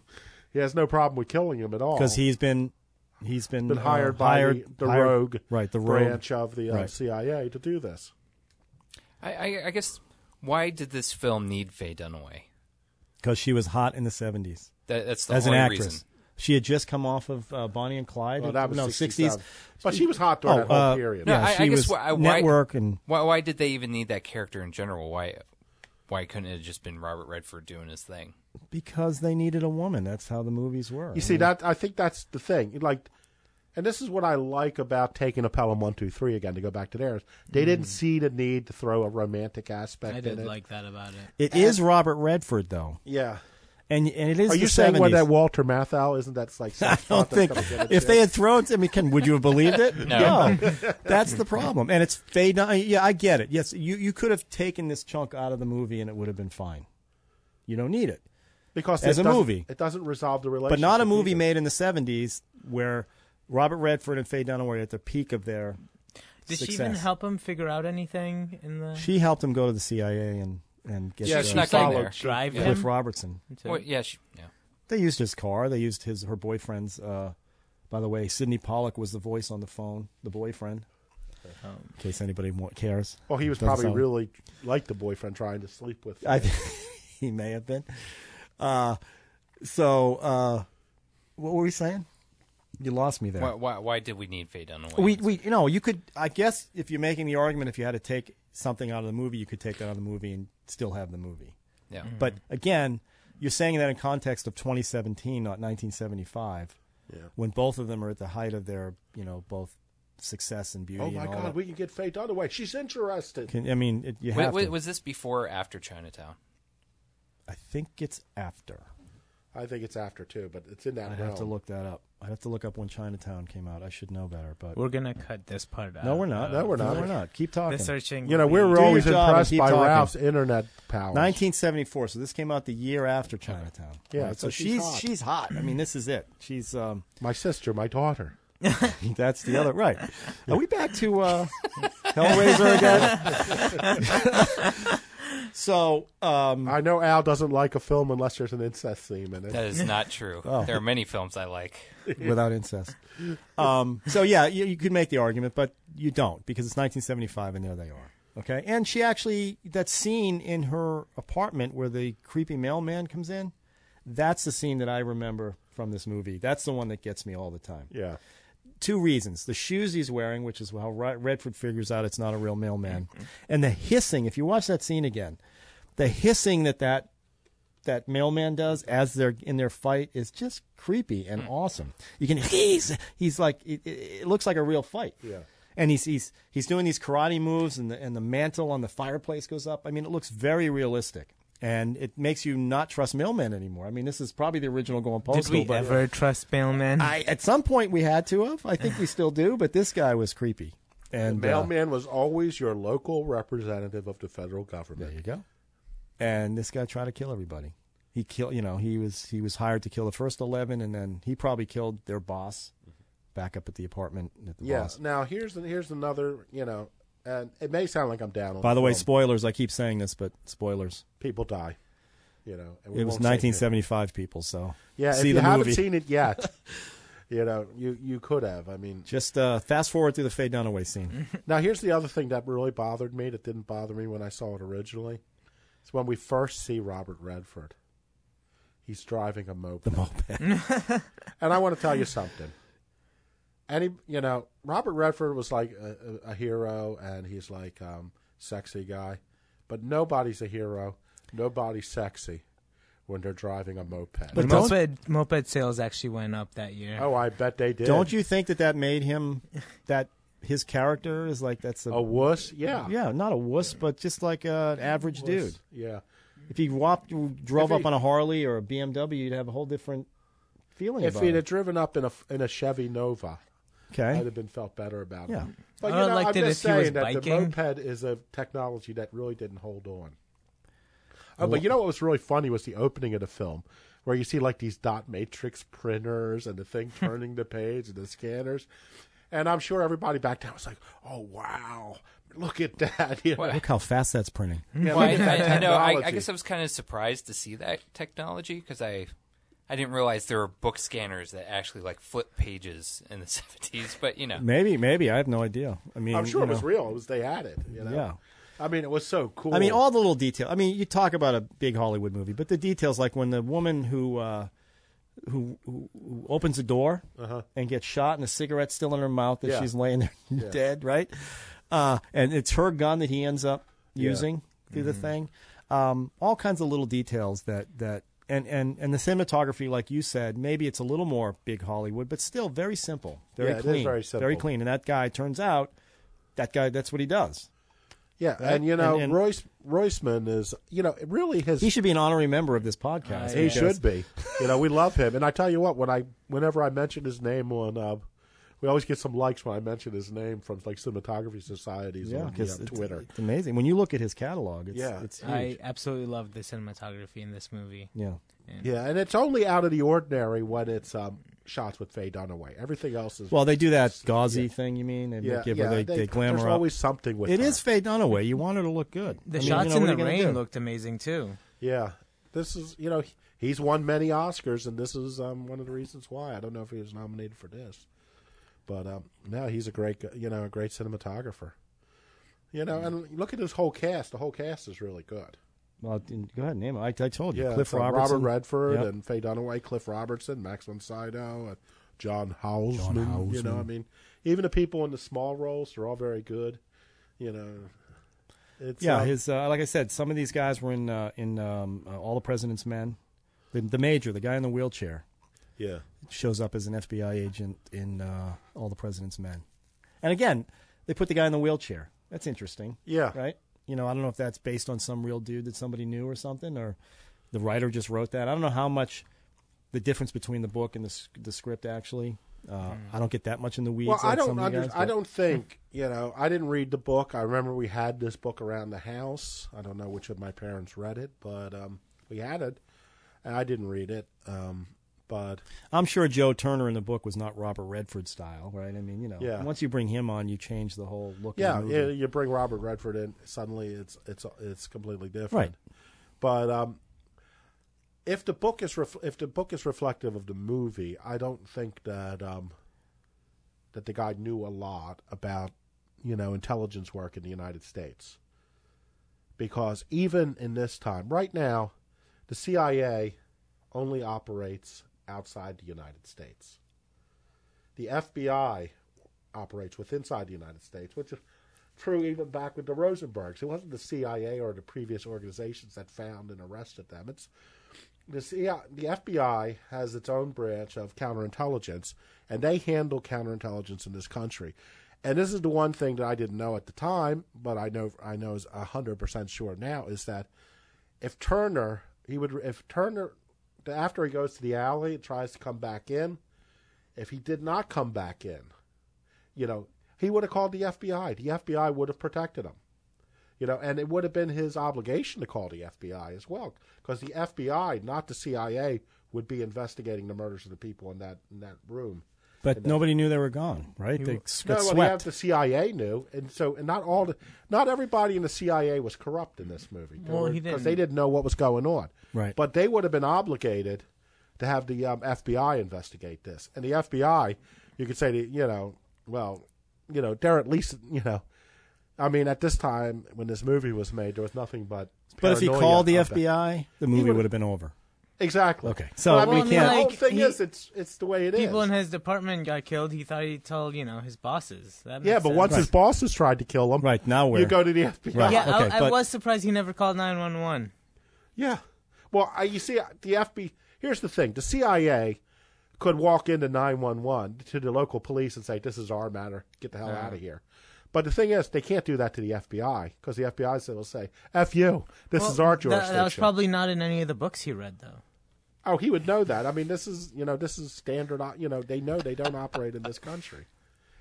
C: he has no problem with killing him at all
D: because he's been he's been,
C: been
D: uh,
C: hired by
D: hired-
C: the, the
D: hired-
C: rogue
D: right the rogue
C: branch of the uh,
D: right.
C: CIA to do this.
F: I, I, I guess why did this film need Faye Dunaway?
D: because she was hot in the seventies.
F: That- that's the
D: as an
F: only
D: actress.
F: reason.
D: She had just come off of uh, Bonnie and Clyde.
C: Well, Oh, that was
D: no
C: 67.
D: sixties, Oh, uh,
C: But she was hot during that whole period.
D: Yeah,
F: No, I,
D: she
F: I guess
D: was
F: why, why,
D: network and
F: why, why did they even need that character in general? Why why couldn't it have just been Robert Redford doing his thing?
D: because they needed a woman. That's how the movies were.
C: You see that? I think that's the thing. It, Like, and this is what I like about taking a Pelham one two three again to go back to theirs. They didn't
D: Mm.
C: see the need to throw a romantic aspect.
B: I
C: in
B: did
C: it.
B: like that about it.
D: It is Robert Redford though.
C: Yeah.
D: and and it is.
C: Are
D: the
C: you saying what
D: 70s.
C: that Walter Matthau isn't that like?
D: I don't think if they had thrown. I mean, can, would you have believed it?
C: No.
D: that's the problem. And it's fade. Yeah, I get it. Yes, you you could have taken this chunk out of the movie and it would have been fine. You don't need it
C: because
D: as
C: it
D: a
C: doesn't-
D: movie,
C: it doesn't resolve the relationship.
D: but not a movie
C: either.
D: made in the '70s where Robert Redford and Faye Dunaway are at the peak of their
B: Did
D: success.
B: she even help him figure out anything in the?
D: She helped him go to the CIA and and get
B: Yeah,
D: uh,
B: she She's snuck in there. Drive
D: Cliff
B: him?
D: Robertson.
F: Well, yeah, she, yeah.
D: They used his car. They used his her boyfriend's. Uh, by the way, Sidney Pollack was the voice on the phone. The boyfriend. in case anybody wa- cares.
C: Well, he was
D: Doesn't
C: probably
D: sound-
C: really like the boyfriend trying to sleep with.
D: I think he may have been. Uh, so, uh, what were we saying? You lost me there.
F: Why, why why did we need Faye Dunaway?
D: we, we, you know, you could. I guess if you're making the argument, if you had to take something out of the movie, you could take that out of the movie and still have the movie.
F: Yeah. Mhm.
D: But
C: Mm-hmm.
D: again, you're saying that in context of 2017, not 1975,
C: Yeah.
D: when both of them are at the height of their, you know, both success and beauty.
C: oh my
D: and all
C: God,
D: that.
C: we can get Faye Dunaway. She's interested.
D: Can- I mean, it, you
F: Wa-
D: have
F: wa-
D: to.
F: was this before or after Chinatown?
D: I think it's after.
C: I think it's after too, but it's in that.
D: I'd
C: realm.
D: have to look that up. I'd have to look up when Chinatown came out. I should know better, but
B: We're gonna cut this part out.
D: No, we're not.
B: Uh,
C: No, we're not.
D: we're not. Keep talking.
B: The searching.
C: You know, we were
D: Do your
C: always
D: job and
C: impressed
D: keep
C: by
D: talking.
C: Ralph's internet power.
D: 1974. So this came out the year after Chinatown.
C: Yeah,
D: Right,
C: so
D: so,
C: she's
D: she's
C: hot.
D: she's hot. I mean, this is it. She's um,
C: my sister, my daughter.
D: that's the other right. Are we back to uh, Hellraiser again? so um,
C: I know Al doesn't like a film unless there's an incest theme in it.
F: That is not true.
D: Oh.
F: There are many films I like.
D: without incest. Um, so yeah, you, you could make the argument, but you don't because it's 1975, and there they are. Okay, and she actually that scene in her apartment where the creepy mailman comes in. That's the scene that I remember from this movie. That's the one that gets me all the time.
C: Yeah.
D: Two reasons: the shoes he's wearing, which is how Ru- Redford figures out it's not a real mailman,
B: Mm-hmm.
D: and the hissing. If you watch that scene again, the hissing that that that mailman does as they're in their fight is just creepy and
B: Mm.
D: awesome. You can he's he's like it, it, it looks like a real fight.
C: Yeah.
D: And he's he's he's doing these karate moves and the and the mantle on the fireplace goes up. I mean, it looks very realistic. And it makes you not trust mailmen anymore. I mean, this is probably the original going postal.
B: Did we
D: but
B: ever trust Mailman?
D: I, at some point we had to have. I think we still do, but this guy was creepy. And
C: the
D: uh,
C: mailman was always your local representative of the federal government. There you
D: go. and this guy tried to kill everybody. He killed, you know, he was he was hired to kill the first eleven, and then he probably killed their boss back up at the apartment at the
C: Yes.
D: boss.
C: Now here's the, here's another. You know, and it may sound like I'm down on.
D: By the way,
C: film.
D: spoilers. I keep saying this, but spoilers.
C: people die. You know, and we
D: It was
C: won't say who.
D: 1975 people, so
C: Yeah,
D: see
C: if you
D: the
C: haven't
D: movie.
C: seen it yet, you know, you you could have. I mean,
D: Just uh, fast forward through the Faye Dunaway scene.
C: now here's the other thing that really bothered me that didn't bother me when I saw it originally. It's when we first see Robert Redford. He's driving a moped. The
D: moped.
C: and I want to tell you something. Any, you know, Robert Redford was like a, a, a hero, and he's like um, sexy guy, but nobody's a hero. Nobody's sexy when they're driving a moped.
B: But moped, moped sales actually went up that year.
C: Oh, I bet they did.
D: Don't you think that that made him that his character is like that's
C: Oh,
D: a, a
C: wuss? Yeah,
D: yeah, not a wuss, but just like an average dude.
C: Yeah.
D: If he walked, drove
C: If
D: up
C: he-
D: on a Harley or a BMW, you'd have a whole different feeling.
C: If
D: about
C: he'd
D: it.
C: have driven up in a in a Chevy Nova,
D: Okay.
C: I'd have been felt better about
D: Yeah.
C: it. But
B: I
C: you
B: would've
C: know,
B: liked
C: I'm
B: it
C: just
B: if he was
C: saying that the
B: biking.
C: moped is a technology that really didn't hold on. Oh, but you know what was really funny was the opening of the film, where you see like these dot matrix printers and the thing turning the page and the scanners, and I'm sure everybody back then was like, "Oh wow, look at that!" You know?
D: Look how fast that's printing.
C: Yeah,
F: Well, I,
C: look at that
F: I- I know. I, I
C: technology.
F: guess I was kind of surprised to see that technology because I, I didn't realize there were book scanners that actually like flip pages in the seventies. But you know,
D: Maybe, maybe I have no idea. I mean,
C: I'm sure
D: you
C: it was
D: know.
C: real. It was they had it. You know?
D: Yeah.
C: I mean, it was so cool.
D: I mean, all the little detail. I mean, you talk about a big Hollywood movie, but the details, like when the woman who uh, who, who who opens the door
C: Uh-huh.
D: and gets shot, and a cigarette's still in her mouth as
C: Yeah.
D: she's laying there
C: Yeah.
D: dead, right? Uh, and it's her gun that he ends up
C: Yeah.
D: using through the
C: Mhm.
D: thing. Um, all kinds of little details that that. And, and and the cinematography, like you said, maybe it's a little more big Hollywood, but still very simple, very
C: Yeah, it is
D: clean,
C: very simple.
D: very clean. And that guy turns out, that guy, that's what he does.
C: Yeah,
D: Right?
C: and you know,
D: And- and-
C: Royce Royceman is you know really his.
D: He should be an honorary member of this podcast.
C: he
D: because-
C: should be. You know, we love him, and I tell you what, when I whenever I mention his name on, uh, we always get some likes when I mention his name from like cinematography societies
D: Yeah,
C: on
D: because
C: uh,
D: it's-
C: Twitter.
D: It's amazing when you look at his catalog. It's, it's huge.
B: I absolutely love the cinematography in this movie.
D: Yeah.
C: Yeah, and it's only out of the ordinary when it's um, shots with Faye Dunaway. Everything else is
D: well, they do that gauzy thing. You mean? They
C: Yeah,
D: give her,
C: yeah,
D: they,
C: they-
D: they, glamour
C: there's
D: up.
C: always something with
D: It
C: her.
D: is Faye Dunaway. You want her to look good. I
B: The
D: mean, you
B: shots
D: know, what are
B: in the
D: you gonna
B: rain
D: do?
B: looked amazing too.
C: Yeah, this is you know he- he's won many Oscars, and this is um, one of the reasons why. I don't know if he was nominated for this, but um, no, he's a great gu- you know a great cinematographer. You know, and look at his whole cast. The whole cast is really good.
D: Well, go ahead, name it. I, I told you,
C: Yeah,
D: Cliff
C: it's, um,
D: Robertson,
C: Robert Redford,
D: Yep.
C: and Faye Dunaway, Cliff Robertson, Max von Sydow, and John Houseman. You know,
D: Houseman.
C: I mean, even the people in the small roles, they're all very good. You know, it's
D: yeah,
C: um,
D: his uh, like I said, some of these guys were in uh, in um, uh, All the President's Men. The, the major, the guy in the wheelchair,
C: yeah.
D: shows up as an FBI agent in uh, All the President's Men. And again, they put the guy in the wheelchair. That's interesting.
C: Yeah.
D: Right? You know, I don't know if that's based on some real dude that somebody knew or something, or the writer just wrote that. I don't know how much the difference between the book and the, s- the script actually. Uh,
C: Hmm.
D: I don't get that much in the weeds.
C: Well, I
D: like
C: don't
D: some of you
C: under,
D: guys,
C: I
D: but-
C: don't think you know. I didn't read the book. I remember we had this book around the house. I don't know which of my parents read it, but um, we had it, and I didn't read it. Um, but
D: I'm sure Joe Turner in the book was not Robert Redford style, right? I mean, you know,
C: Yeah.
D: once you bring him on, you change the whole look.
C: yeah,
D: of the
C: yeah,
D: movie.
C: you bring Robert Redford in, suddenly it's it's it's completely different.
D: Right.
C: But um, if the book is ref- if the book is reflective of the movie, I don't think that um, that the guy knew a lot about you know intelligence work in the United States, because even in this time, right now, the CIA only operates outside the United States. The FBI operates with inside the United States, which is true even back with the Rosenbergs. It wasn't the CIA or the previous organizations that found and arrested them. It's the, CIA, the FBI has its own branch of counterintelligence, and they handle counterintelligence in this country. And this is the one thing that I didn't know at the time, but I know I know is hundred percent sure now is that if Turner he would if Turner after he goes to the alley and tries to come back in, if he did not come back in, you know, he would have called the FBI. The FBI would have protected him. You know, and it would have been his obligation to call the FBI as well, because the FBI, not the CIA, would be investigating the murders of the people in that in that room.
D: But nobody knew they were gone, right? They s- got
C: no, well,
D: swept.
C: yeah, the CIA knew, and so and not all the not everybody in the CIA was corrupt in this movie. There
B: Well,
C: were-
B: he
C: 'cause
B: didn't.
C: they didn't know what was going on,
D: Right.
C: But they would have been obligated to have the um, FBI investigate this, and the FBI, you could say, to, you know, well, you know, they're at least, you know, I mean, at this time when this movie was made, there was nothing but.
D: But if he
C: paranoia
D: called the
C: about-
D: FBI, the movie
C: would've-
D: would have been over.
C: exactly.
D: Okay, so
C: Well, I mean,
D: we
C: the
D: can't.
C: whole
B: like,
C: thing
B: he-
C: is, it's it's the way it is.
B: People in his department got killed. He thought he'd tell you know his bosses. That
C: Yeah,
B: makes
C: but
B: sense.
C: once his bosses tried to kill him, right
D: now
C: you go to the FBI.
B: Yeah, I, I was surprised he never called nine one one.
C: Yeah. Well, I, you see, the FBI. Here's the thing: the CIA could walk into nine one one to the local police and say, "This is our matter. Get the hell
B: Uh-huh.
M: Yeah.
C: out of here." But the thing is, they can't do that to the FBI because the FBI will say, "F you. This is our jurisdiction."
B: That, was probably not in any of the books he read though.
C: oh, he would know that. I mean, this is you know, this is standard. o- You know, they know they don't operate in this country.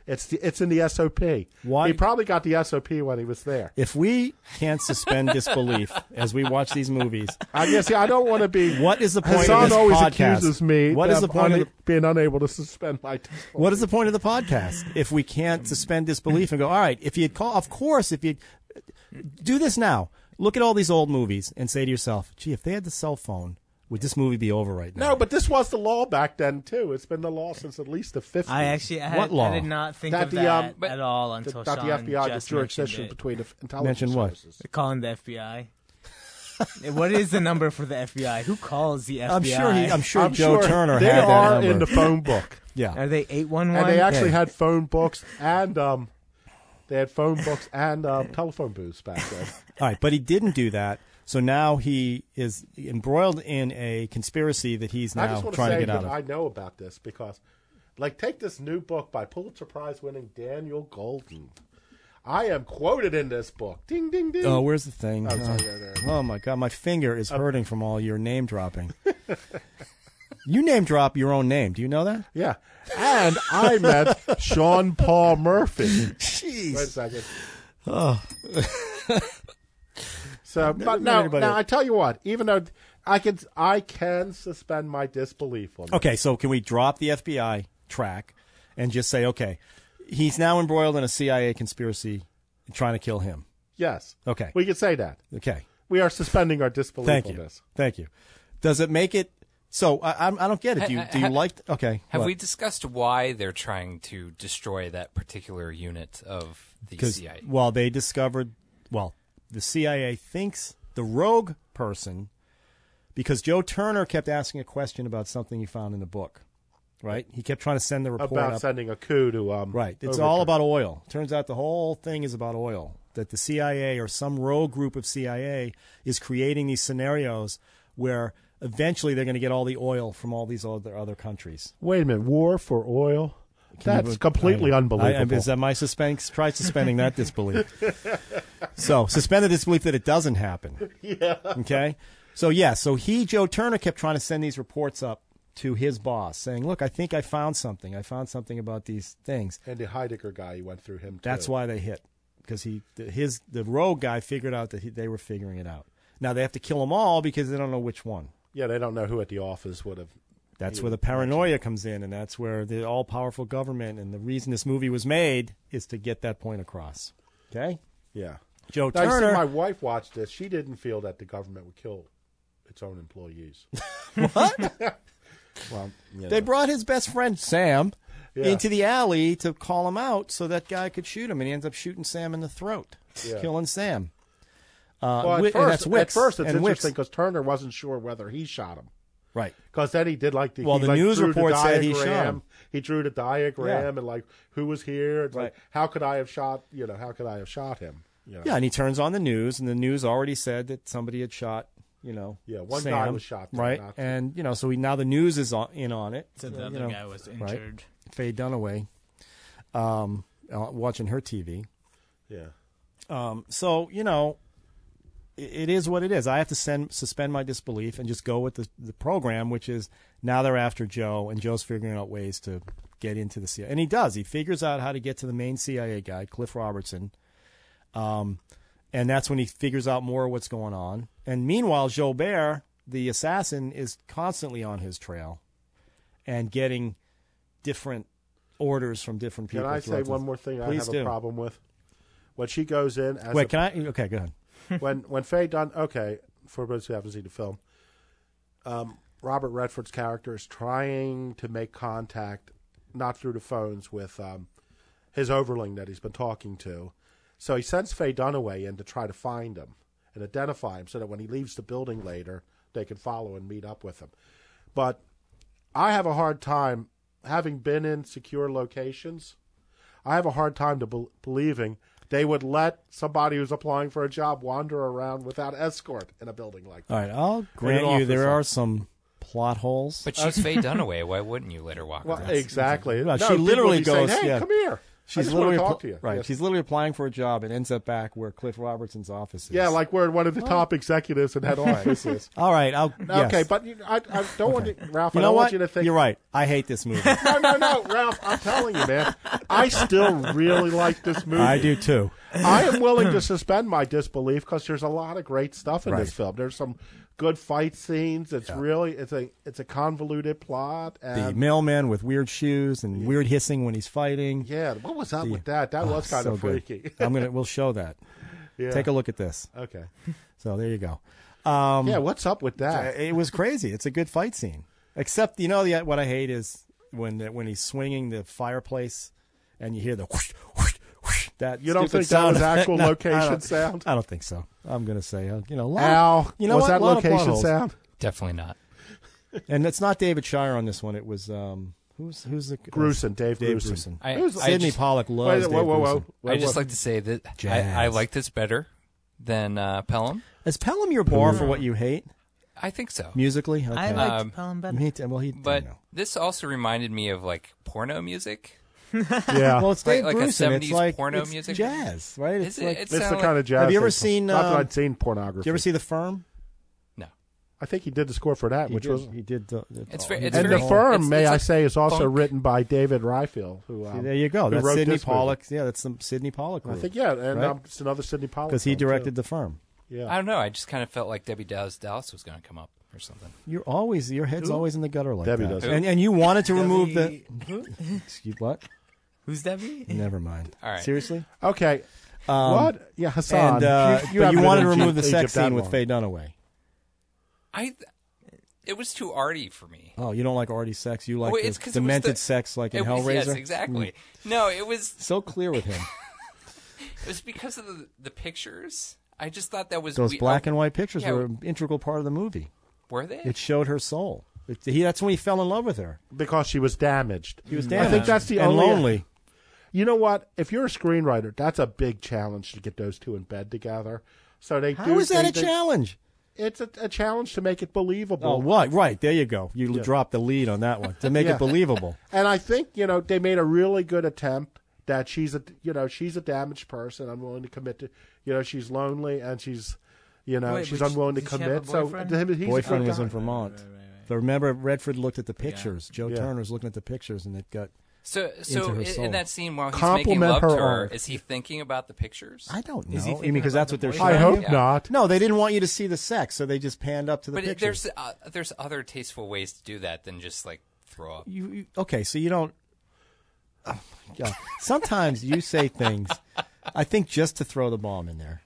C: It's the, it's in the SOP. Why he probably got the SOP when he was there.
D: If we can't suspend disbelief as we watch these movies,
C: I guess. Yeah, I don't want to be.
D: What is the point
C: Hassan
D: of this
C: always
D: podcast?
C: accuses me.
D: What is
C: of
D: the point of
C: una- being unable to suspend my? disbelief.
D: What is the point of the podcast if we can't suspend disbelief and go, all right, if you'd call, of course, if you'd do this now, look at all these old movies and say to yourself, gee, if they had the cell phone, would this movie be over right now?
C: No, but this was the law back then too. It's been the law since at least the 50s.
B: I actually I had,
D: What law?
B: I did not think
C: That
B: of
C: the,
B: that
C: um, But-
B: at all
C: the-
B: until
C: not the
B: Sean
C: FBI, the
B: just
C: jurisdiction
B: mentioned it.
C: between the f- intelligence
D: Mention what?
B: Calling the FBI. what is the number for the FBI? Who calls the FBI?
D: I'm sure he- I'm sure I'm Joe sure Turner
C: they
D: had that
C: are in
D: number.
C: the phone book.
D: Yeah.
B: Are they eight one one?
C: and they actually had phone books and um, they had phone books and um, telephone booths back then.
D: All right, but he didn't do that. So now he is embroiled in a conspiracy that he's
C: I
D: now
C: just want to
D: trying to
C: say
D: get out
C: that
D: of.
C: I know about this because, like, take this new book by Pulitzer Prize winning Daniel Golden. I am quoted in this book. Ding, ding, ding.
D: Oh, where's the thing?
C: Oh,
D: Oh,
C: sorry, there, Oh. there.
D: oh, my god, my finger is hurting from all your name dropping. you name drop your own name. Do you know that?
C: Yeah. And I met Sean Paul Murphy.
D: Jeez.
C: Wait a second.
D: Oh.
C: So,
D: never
C: but
D: met
C: no,
D: anybody
C: no,
D: that-
C: I tell you what, even though I can, I can suspend my disbelief on this.
D: Okay, so can we drop the FBI track and just say, okay, he's now embroiled in a CIA conspiracy trying to kill him.
C: Yes.
D: Okay.
C: We could say that.
D: Okay.
C: We are suspending our disbelief
D: Thank
C: on
D: you.
C: this.
D: Thank you. Does it make it so I I'm- I don't get it. Do you do you
F: Ha- ha-
D: like okay.
F: Have
D: what?
F: we discussed why they're trying to destroy that particular unit of the
C: E
D: because
F: CIA?
D: well they discovered well the CIA thinks the rogue person because Joe Turner kept asking a question about something he found in the book right he kept trying to send the report
C: About
D: up.
C: sending a coup to, um,
D: right it's
C: overturn.
D: all about oil turns out the whole thing is about oil that the CIA or some rogue group of CIA is creating these scenarios where eventually they're going to get all the oil from all these other other countries
C: Wait a minute. War for oil?
D: Can you
C: That's
D: be-
C: completely
D: I- uh, I-
C: unbelievable.
D: is that my suspense? Try suspending that disbelief. so suspend the disbelief that it doesn't happen.
C: yeah.
D: Okay. So yeah. So he, Joe Turner, kept trying to send these reports up to his boss, saying, "Look, I think I found something. I found something about these things."
C: And the Heidegger guy, you went through him. Too.
D: That's why they hit because he, the, his, the rogue guy figured out that he, they were figuring it out. Now they have to kill them all because they don't know which one.
C: Yeah, they don't know who at the office would have.
D: That's
C: You-
D: where the paranoia comes in, and that's where the all powerful government and the reason this movie was made is to get that point across. Okay?
C: Yeah.
D: Joe
C: Now, you see,
D: Turner.
C: my wife watched this. She didn't feel that the government would kill its own employees.
D: what?
C: well, you
D: They
C: know.
D: brought his best friend, Sam,
C: Yeah.
D: into the alley to call him out so that guy could shoot him, and he ends up shooting Sam in the throat,
C: Yeah.
D: killing Sam. Uh,
C: well, at,
D: Wi-
C: first,
D: and that's Wicks.
C: at first, it's
D: and Wicks-
C: interesting because Turner wasn't sure whether he shot him.
D: Right.
C: Because then he did like the
D: Well,
C: he,
D: the
C: like,
D: news
C: drew
D: report
C: the
D: said he shot
C: diagram.
D: him.
C: He drew the diagram
D: Yeah.
C: and like who was here. It's like how could I have shot? You know how could I have shot him? You know?
D: Yeah, and he turns on the news, and the news already said that somebody had shot. You know,
C: Yeah, one
D: Sam,
C: guy was shot there,
D: right?
C: not two.
D: And you know, so he, now the news is on, in on it.
B: Said the
D: you
B: other
D: know,
B: guy was
D: right?
B: injured.
D: Faye Dunaway, um, uh, watching her TV.
C: Yeah.
D: Um, so you know, it is what it is. I have to send, suspend my disbelief and just go with the, the program, which is now they're after Joe, and Joe's figuring out ways to get into the CIA. And he does. He figures out how to get to the main CIA guy, Cliff Robertson. Um, and that's when he figures out more of what's going on. And meanwhile, Joubert, the assassin, is constantly on his trail and getting different orders from different
C: Can
D: people.
C: I say
D: throughout the-
C: one more thing I
D: Please
C: have
D: do.
C: a problem with? When she goes in as
D: Wait,
C: a-
D: can I? Okay, go ahead.
C: when when Faye Dunn, okay, for those who haven't seen the film, um, Robert Redford's character is trying to make contact, not through the phones, with um, his overling that he's been talking to. So he sends Faye Dunaway in to try to find him and identify him, so that when he leaves the building later, they can follow and meet up with him. But I have a hard time having been in secure locations. I have a hard time to bel believing they would let somebody who's applying for a job wander around without escort in a building like that.
D: All right, I'll
C: An
D: grant you
C: office
D: there
C: like-
D: are some plot holes.
F: But she's Faye Dunaway. Why wouldn't you let her walk?
C: Well,
F: around?
C: exactly.
D: Well,
C: No,
D: she
C: people
D: literally
C: would be saying,
D: goes,
C: "Hey,
D: yeah.
C: come here. I
D: She's
C: just wanna
D: literally
C: talk
D: appl-
C: to you."
D: Right.
C: Yes.
D: She's literally applying for a job and ends up back where Cliff Robertson's office is.
C: Yeah, like we're in one of the top executives in head offices.
D: All right. I'll,
C: Okay,
D: yes.
C: but you, I, I don't want you, Ralph.
D: you
C: I
D: know
C: don't
D: what?
C: want you to think.
D: You're right. I hate this movie.
C: No, no, no, Ralph. I'm telling you, man. I still really like this movie.
D: I do too.
C: I am willing to suspend my disbelief because there's a lot of great stuff in
D: Right.
C: this film. There's some good fight scenes. It's really it's a it's a convoluted plot.
D: the
C: And
D: mailman with weird shoes and weird hissing when he's fighting.
C: yeah, what was up
D: The-
C: with that? That
D: Oh,
C: was kind
D: so
C: of
D: good.
C: freaky.
D: I'm gonna. We'll show that.
C: Yeah.
D: Take a look at this.
C: Okay.
D: So there you go. Um,
C: Yeah, what's up with that?
D: Uh, It was crazy. It's a good fight scene. Except you know the, what I hate is when when he's swinging the fireplace and you hear the whoosh, whoosh, whoosh, that
C: You don't
D: stupid
C: think that
D: sound
C: was
D: effect.
C: actual
D: No, I
C: location
D: don't-
C: sound?
D: I don't think so. I'm gonna say uh, you know. a Lot,
C: Al,
D: you know
C: was
D: what?
C: that
D: A lot of plot
C: location
D: holes.
C: sound?
F: Definitely not.
D: and it's not David Shire on this one. It was um, who's who's the
C: Grusin, Dave Grusin. I-
D: Who's-
C: I
D: Sidney
F: just-
D: Pollack loves
C: Wait, whoa,
D: Dave
C: whoa, whoa.
D: Grusin.
C: Whoa,
F: I just
C: whoa.
F: like to say that I, I
D: Jazz.
F: like this better than uh, Pelham.
D: Is Pelham your bar for what you hate?
F: I think so.
D: Musically, okay.
B: I liked Um, Pelham better.
D: Me too. Well, he,
F: But this also reminded me of like porno music.
D: yeah. Well, it's
F: Like-
D: Dave
F: like a
D: Grusin.
F: 70s
D: it's like
F: porno
D: it's
F: music.
D: jazz, right?
F: Is
D: It's
F: it-
D: like
F: it
C: It's the
F: sound
C: kind
F: like-
C: of jazz.
D: Have you ever
C: they play.
D: seen?
C: Not that
D: um,
C: I'd seen pornography.
D: Did you ever see The Firm?
C: I think he did the score for that,
D: He
C: which
D: did-
C: was
D: he did. The,
F: It's
D: oh,
F: ve-
D: he did
F: it's
C: and
F: very-
C: the
D: whole-
C: firm,
F: it's-
C: may
F: it's
C: I
F: like
C: say, is also
F: funk.
C: written by David Reifel, who
D: See,
C: um,
D: there you go.
C: who
D: That's
C: wrote
D: Sidney
C: this movie.
D: Pollack. Yeah, that's some Sidney Pollack.
C: I think yeah, and um, it's another Sidney Pollack
D: because he
C: film, too.
D: directed The Firm.
C: Yeah.
F: I don't know. I just kind of felt like Debbie Dallas Dallas was going to come up or something.
D: You're always your head's
F: Who?
D: always in the gutter like
C: Debbie
D: that.
C: does.
D: And and you wanted to remove the.
B: Debbie- who?
D: Excuse what?
B: Who's Debbie?
D: Never mind.
F: All right.
D: Seriously.
C: Okay.
D: Um,
C: what? Yeah, Hassan.
D: And, uh,
C: you,
D: but
C: haven't
D: you
C: been
D: wanted to
C: in
D: remove the
C: Egypt
D: sex
C: that
D: scene with
C: long.
D: Faye Dunaway.
F: I it was too arty for me.
D: Oh, you don't like arty sex. You like
F: Well,
D: the
F: it's 'cause it was
D: demented
F: the-
D: sex, like in
F: it was-
D: Hellraiser. Mm.
F: Yes, exactly. No, it was
D: So clear with him.
F: it was because of the, the pictures. I just thought that was
D: Those
F: we- oh,
D: black and white pictures
F: Yeah,
D: were an integral part of the movie.
F: Were they?
D: It showed her soul. It, he, that's when he fell in love with her.
C: because she was damaged. He
D: was
C: Mm. I
D: damaged
C: think that's the
D: and
C: only
D: lonely.
C: You know what? If you're a screenwriter, that's a big challenge to get those two in bed together. So they
D: How
C: do.
D: is that
C: they-
D: a
C: they-
D: challenge?
C: It's a, a challenge to make it believable.
D: Oh, what? Right there you go. You
C: Yeah.
D: dropped the lead on that one to make
C: Yeah.
D: it believable.
C: And I think you know they made a really good attempt that she's a you know she's a damaged person, unwilling to commit to you know she's lonely and she's you know
B: Wait,
C: she's
B: but she-
C: unwilling to
B: did she have
C: commit.
B: a
C: So
B: boyfriend?
C: to him, he's a
D: Boyfriend
C: good
D: was
C: guy.
D: in Vermont. So remember, Redford looked at the pictures. Joe
C: Yeah.
D: Turner's looking at the pictures, and it got
F: So
D: into
F: so
D: her
F: in,
D: soul.
F: in that scene while he's making
C: Compliment
F: love to
C: her
F: her,
C: art.
F: is he thinking about the pictures?
D: I don't know.
B: Is he
D: You mean
B: thinking
D: because
B: about
D: that's
B: the
D: what they're showing?
B: boyfriend?
C: I hope
F: Yeah.
C: not.
D: No, they didn't want you to see the sex, so they just panned up to the
F: But it,
D: pictures.
F: there's uh, there's other tasteful ways to do that than just like throw up.
D: you, you okay? So you don't. Oh my God. Sometimes you say things. I think just to throw the bomb in there.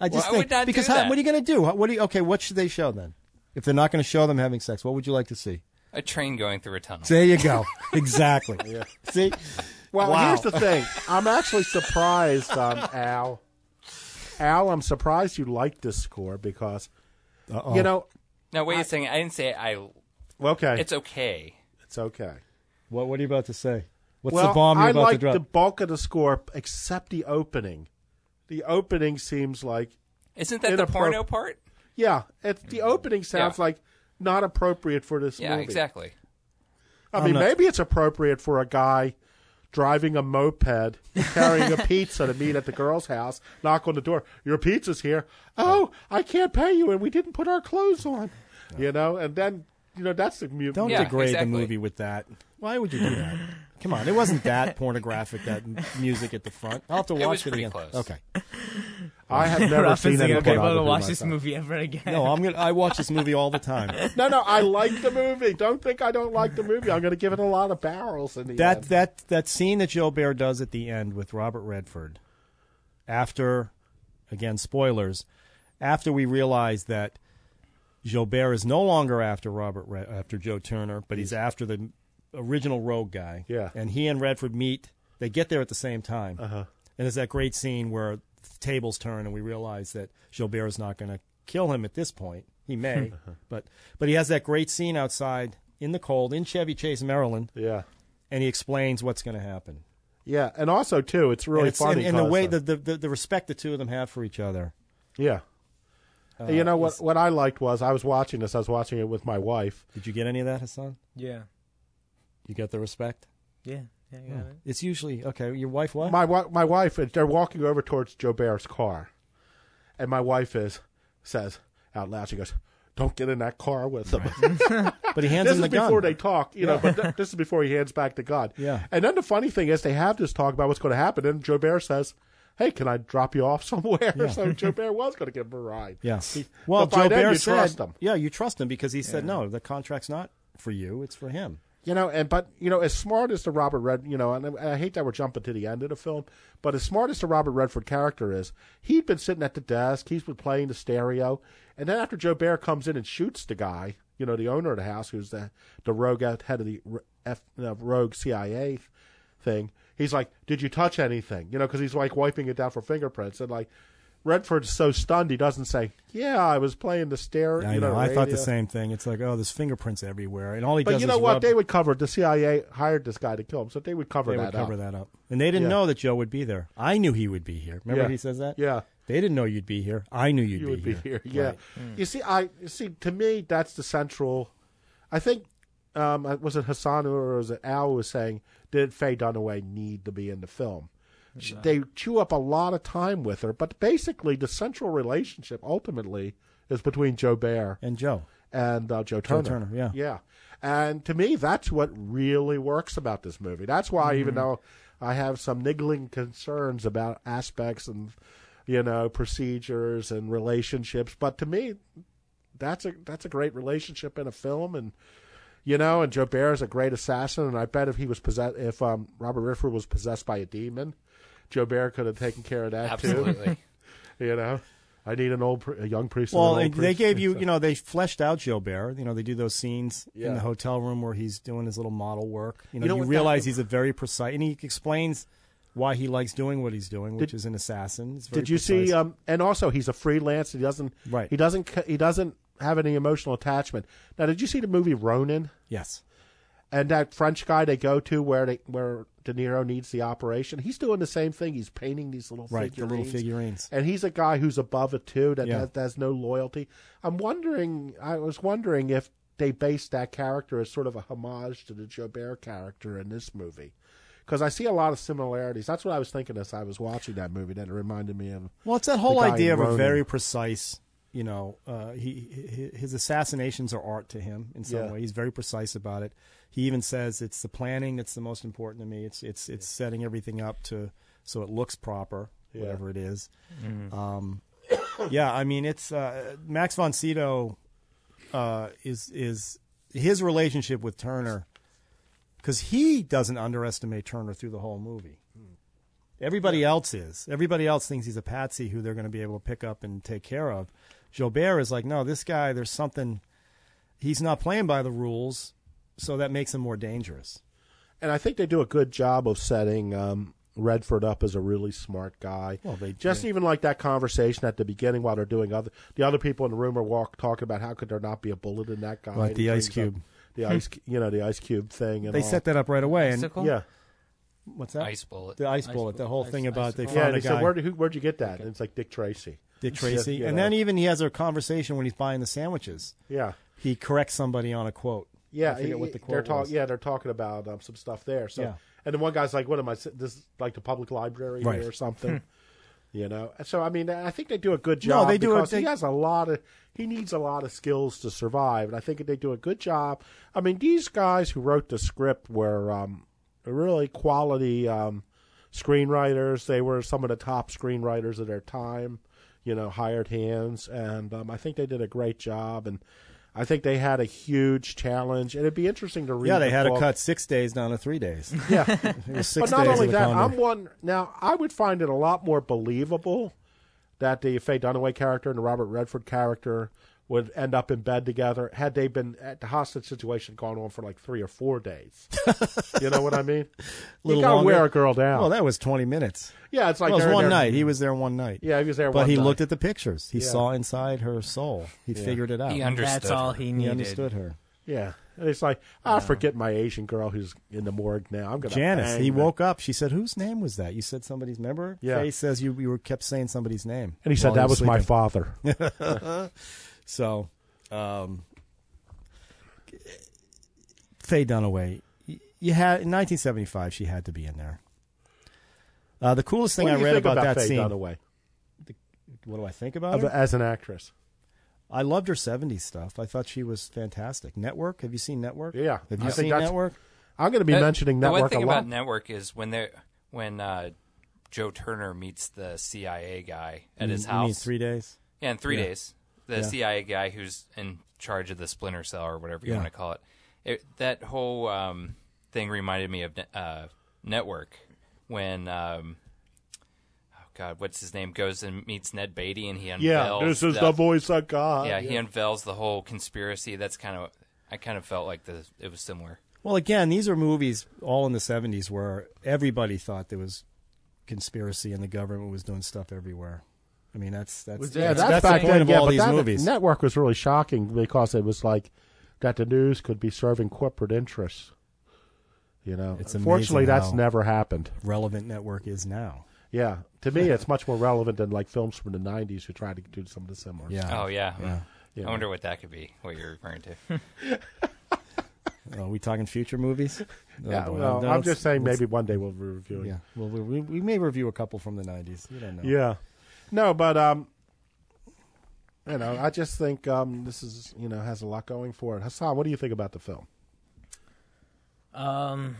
D: I just
F: Well, I
D: think
F: would not do
D: because
F: that.
D: How, what are you going to do? How- What do you? Okay, what should they show then? If they're not going to show them having sex, what would you like to see?
F: A train going through a tunnel.
D: So there you go. exactly. See.
C: Well,
D: Wow.
C: here's the thing. I'm actually surprised, um, Al. Al, I'm surprised you like this score because
D: Uh-oh.
C: you know.
F: No, wait a second. I didn't say I.
C: Okay,
F: It's okay.
C: it's okay.
D: What What are you about to say? What's
C: well,
D: the bomb you're
C: I
D: about
C: like
D: to drop?
C: the bulk of the score except the opening. The opening seems like
F: Isn't that the
C: Inappropri-
F: porno part?
C: Yeah, it's the opening sounds
F: Yeah.
C: like not appropriate for this
F: Yeah,
C: movie.
F: exactly.
C: I
D: I'm
C: mean,
D: not-
C: maybe it's appropriate for a guy driving a moped, carrying a pizza to meet at the girl's house, knock on the door, your pizza's here. Oh, I can't pay you, and we didn't put our clothes on. You know, and then, you know, that's the mu-
D: Don't degrade the movie with that. Why would you do that? Come on, it wasn't that pornographic. That m- music at the front. I'll have to
B: It
D: watch
B: was
D: it
B: pretty
D: again.
B: close.
D: Okay.
C: I have never
B: Ralph
C: seen
B: isn't
C: any
B: gonna be able to
C: pornography
B: watch this
C: myself.
B: movie ever again.
D: No, I'm gonna. I watch this movie all the time.
C: No, no, I like the movie. Don't think I don't like the movie. I'm going to give it a lot of barrels in the
D: that
C: end.
D: that that scene that Gilbert does at the end with Robert Redford, after, again spoilers, after we realize that Gilbert is no longer after Robert Re- after Joe Turner, but he's after the original Rogue guy. Yeah, and he and Redford meet. They get there at the same time, uh-huh. and there's that great scene where tables turn, and we realize that Gilbert is not going to kill him at this point. He may,
C: Uh-huh.
D: but but he has that great scene outside in the cold in Chevy Chase, Maryland.
C: Yeah.
D: And he explains what's going to happen.
C: Yeah, and also too, it's really
D: and it's-
C: funny. uh,
D: And, and the way
C: concept.
D: the, the, the, the respect the two of them have for each other.
C: Yeah.
D: Uh,
C: you know what?
D: is-
C: What I liked was I was watching this. I was watching it with my wife.
D: Did you get any of that, Hassan?
B: Yeah.
D: You got the respect.
B: Yeah. Yeah. you got it.
D: It's usually okay. Your wife what?
C: My wi- my wife. uh, They're walking over towards Joe Bear's car, and my wife is says out loud. She goes, "Don't get in that car with him."
D: But he hands
C: this
D: him
C: is
D: the gun.
C: before they talk, you know.
D: Yeah.
C: But th- this is before he hands back the gun.
D: Yeah.
C: And then the funny thing is, they have this talk about what's going to happen, and Joe Bear says. Hey, can I drop you off somewhere?
D: Yeah.
C: So Joe Bear was going to give him a ride.
D: Yeah.
C: He-
D: Well,
C: but by
D: Joe
C: then
D: Bear
C: you
D: said,
C: trust him.
D: "Yeah, you trust him because he said no. The contract's not for you; it's for him."
C: You know, and but you know, as smart as the Robert Red, you know, and I, and I hate that we're jumping to the end of the film, but as smart as the Robert Redford character is, he'd been sitting at the desk, he's been playing the stereo, and then after Joe Bear comes in and shoots the guy, you know, the owner of the house, who's the the rogue out- head of the r- F, uh, rogue CIA thing, he's like, "Did you touch anything?" You know, because he's like wiping it down for fingerprints, and like Redford's so stunned he doesn't say, "Yeah, I was playing the stereo."
D: I
C: you
D: know. I thought the
C: radio."
D: same thing. It's like, oh, there's fingerprints everywhere, and all he
C: But
D: does
C: you
D: is
C: know what?
D: rub-
C: They would cover. it. The CIA hired this guy to kill him, so they would cover
D: they
C: that
D: would cover
C: up.
D: that up. And they didn't
C: Yeah.
D: know that Joe would be there. I knew he would be here. Remember
C: Yeah.
D: he says that?
C: Yeah.
D: They didn't know you'd be here. I knew you'd
C: You
D: be,
C: would be
D: here.
C: here. Yeah.
D: Right. Mm.
C: You see, I you see. To me, that's the central. I think um, was it Hassan or was it Al was saying, did Faye Dunaway need to be in the film? She- They chew up a lot of time with her, but basically, the central relationship ultimately is between Joe Bear
D: and Joe
C: and uh, Joe Turner.
D: Turner, yeah.
C: yeah. And to me, that's what really works about this movie. That's why, even
D: Mhm.
C: though I have some niggling concerns about aspects and you know procedures and relationships, but to me, that's a that's a great relationship in a film, and you know, and Joe Bear is a great assassin, and I bet if he was possessed, if um, Robert Redford was possessed by a demon, Joe Bear could have taken care of that
F: Absolutely.
C: too. you know, I need an old, pri- a young priest. and
D: Well,
C: an
D: they,
C: old
D: they
C: priest.
D: gave you, you know, they fleshed out Gilbert. You know, they do those scenes
C: Yeah.
D: in the hotel room where he's doing his little model work. You know,
C: You
D: you,
C: know what that-
D: realize he's a very precise, and he explains why he likes doing what he's doing, which
C: Did-
D: is an assassin. It's very
C: Did you
D: precise.
C: see? Um, and also, he's a freelance. He doesn't. Right. He doesn't. c- He doesn't have any emotional attachment. Now, did you see the movie Ronin?
D: Yes.
C: And that French guy they go to where they where De Niro needs the operation. He's doing the same thing. He's painting these little
D: Right, the
C: figurines.
D: little figurines.
C: And he's a guy who's above it too. That
D: Yeah.
C: has, that has no loyalty. I'm wondering. I was wondering if they based that character as sort of a homage to the Jobert character in this movie. Because I see a lot of similarities. That's what I was thinking as I was watching that movie. That it reminded me of.
D: Well, it's
C: the
D: that whole
C: guy in
D: idea of a
C: Ronin.
D: very precise. You know, uh, he, he his assassinations are art to him in some
C: Yeah.
D: way. He's very precise about it. He even says it's the planning that's the most important to me. It's it's it's setting everything up to so it looks proper,
C: Yeah.
D: whatever it is.
C: Mhm.
D: Um, yeah, I mean, it's uh, Max von Sydow uh, is is his relationship with Turner because he doesn't underestimate Turner through the whole movie. Everybody else is. Everybody else thinks he's a patsy who they're going to be able to pick up and take care of. Gilbert is like, no, this guy, there's something. He's not playing by the rules, so that makes him more dangerous.
C: and I think they do a good job of setting um, Redford up as a really smart guy. Well, they just even like that conversation at the beginning while they're doing other the other people in the room are walk talking about how could there not be a bullet in that guy?
D: Like
C: And
D: the
C: he
D: Ice
C: brings up
D: Cube. Hmm.
C: the ice, cu- you know, the ice cube thing. And
D: they
C: all.
D: set that up right away. And
C: Icicle? Yeah.
D: what's that?
F: Ice bullet.
D: The ice,
F: Ice
D: bullet. The whole
F: bullet.
D: thing
F: Ice-
D: about they
C: yeah,
D: found
C: and
D: a
C: he said,
D: guy.
C: "Where who, where'd you get that?" And it's like Dick Tracy.
D: Dick
C: Yeah,
D: Tracy.
C: you
D: and
C: know.
D: then even he has a conversation when he's buying the sandwiches.
C: Yeah.
D: He corrects somebody on a quote.
C: yeah,
D: I forget
C: he-
D: what the
C: they're
D: quote
C: talking.
D: was.
C: Yeah, they're talking about um, some stuff there. So,
D: Yeah.
C: And the one guy's like, "What am I? s- This is like the public library
D: Right.
C: here or something." you know. So I mean, I think they do a good
D: No,
C: job.
D: they do a-
C: because
D: they-
C: he has a lot of he needs a lot of skills to survive, and I think they do a good job. I mean, these guys who wrote the script were um, really quality um, screenwriters. They were some of the top screenwriters of their time. You know, hired hands, and um, I think they did a great job. And I think they had a huge challenge, and it'd be interesting to read.
D: Yeah, they
C: the
D: had to
C: book.
D: cut six days down to three days.
C: Yeah,
D: it was six
C: but not
D: days
C: only
D: of the
C: that,
D: Condor.
C: I'm one now. I would find it a lot more believable that the Faye Dunaway character and the Robert Redford character would end up in bed together had they been at the hostage situation gone on for like three or four days. you know what I mean? you gotta
D: longer.
C: wear a girl down.
D: Well, that was twenty minutes.
C: Yeah, it's like
D: Well, it was
C: they're in
D: one
C: there-
D: night. He was there one night.
C: Yeah, he was there
D: But
C: one
D: he
C: night.
D: looked at the pictures. He
C: Yeah.
D: saw inside her soul. He
C: Yeah.
D: figured it out.
F: He understood That's all her. he
D: He
F: needed.
D: understood her.
C: yeah, and it's like I forget my Asian girl who's in the morgue now. I'm gonna
D: Janice.
C: bang
D: He
C: the-
D: woke up. She said, "Whose name was that?" You said somebody's. Remember?
C: Yeah.
D: Faye says you you were kept saying somebody's name.
C: And he said,
D: while
C: "That
D: he
C: was my
D: sleeping."
C: father.
D: so, um, Faye Dunaway. y- You had in 1975. She had to be in there. Uh, the coolest thing
C: What do
D: I
C: you
D: read
C: think about
D: that
C: Faye
D: scene.
C: Dunaway?
D: What do I think about
C: Of-
D: her?
C: as an actress?
D: I loved her '70s stuff. I thought she was fantastic. Network. Have you seen Network?
C: Yeah,
D: Have
C: I
D: you
C: think
D: seen
C: that's-
D: Network?
C: I'm gonna be
F: That-
C: mentioning
F: the one
C: Network
F: thing
C: a
F: about
C: lot.
F: Network is when they when uh, Joe Turner meets the CIA guy at
D: You
F: his
D: mean- you mean
F: house.
D: three days?
F: Yeah, in three
D: Yeah.
F: days, the
D: Yeah.
F: CIA guy who's in charge of the splinter cell or whatever you
D: Yeah.
F: want to call it. it that whole um, thing reminded me of ne- uh, Network when. Um, oh God, what's his name? Goes and meets Ned Beatty, and he unveils.
C: this is the voice of God.
F: Yeah, he
C: Yeah.
F: unveils the whole conspiracy. That's kind of. I kind of felt like the it was similar.
D: Well, again, these are movies all in the 70s where everybody thought there was conspiracy and the government was doing stuff everywhere. I mean, that's that's
B: Was
C: Yeah,
D: that's, that's the point of
C: yeah,
D: all
C: but
D: these
C: that
D: movies.
C: Network was really shocking because it was like that the news could be serving corporate interests. You know,
D: It's
C: unfortunately,
D: amazing
C: that's
D: how
C: never happened.
D: relevant network is now.
C: Yeah, to me, it's much more relevant than like films from the '90s who tried to do something similar.
F: Oh yeah.
C: Yeah.
F: I wonder what that could be. What you're referring to.
D: Are Oh, we talking future movies? Oh,
C: Yeah,
D: boy.
C: well,
D: No,
C: I'm
D: it's-
C: just saying
D: it's-
C: maybe one day we'll be reviewing.
D: Yeah, well, we, we- we may review a couple from the 90s. You don't know.
C: Yeah. No, but um you know, I just think um this is, you know, has a lot going for it. Hassan, what do you think about the film?
B: Um,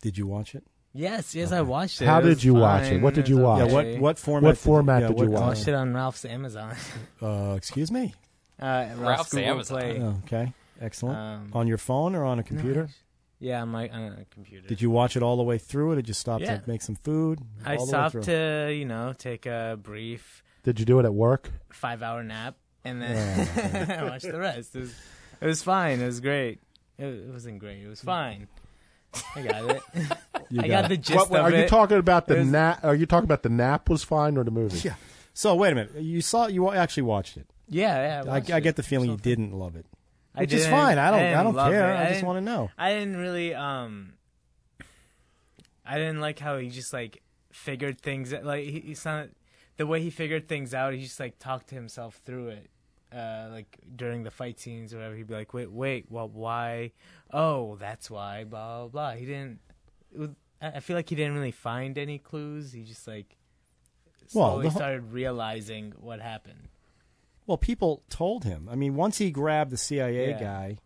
D: Did you watch it?
B: yes, yes, I watched it.
C: How
B: It was
C: did you watch it?
B: fine.
C: What did you
B: It was okay.
C: watch?
D: Yeah, what- Oh. what format
C: What
D: did-
C: format
D: yeah,
C: did
D: what
C: you
B: I
C: watch?
B: watched it on Ralph's Amazon.
D: Uh, excuse me.
B: Uh, Ralph's,
F: Ralph's
B: Google
F: Amazon.
B: Play.
D: Oh, okay, excellent.
B: Um,
D: on your phone or on a computer?
B: Yeah, on my on a computer.
D: Did you watch it all the way through, or did you stop
B: Yeah.
D: to make some food? All
B: I
D: the way
B: stopped
D: through.
B: to you know take a brief
C: Did you do it at work?
B: five hour nap and then I watched the rest. It was, it was fine. It was great. It, it wasn't great. It was fine. I got it.
D: You
B: I
D: got
B: got
D: it.
B: the gist
C: What-
B: of
C: are
B: it.
C: you talking about the
B: It was-
C: nap are you talking about the nap was fine or the movie?
D: Yeah. So wait a minute. You saw you wa- actually watched it.
B: Yeah, yeah.
D: I,
B: watched
D: I
B: it.
D: get the feeling you didn't love it,
B: I
D: which is
B: didn't-
D: fine. I don't. I,
B: didn't
D: don't
B: love
D: care.
B: it.
D: I, just
B: didn't-
D: want to know.
B: I didn't really. Um, I didn't like how he just like figured things. Like he, he's not the way he figured things out. He just like talked to himself through it. Uh, like during the fight scenes or whatever, he'd be like, "Wait, wait, well, why? Oh, that's why." Blah blah. blah. He didn't. It was, I I feel like he didn't really find any clues. He just like
D: Well,
B: slowly
D: the whole-
B: started realizing what happened.
D: Well, people told him. I mean, once he grabbed the CIA
B: Yeah.
D: guy,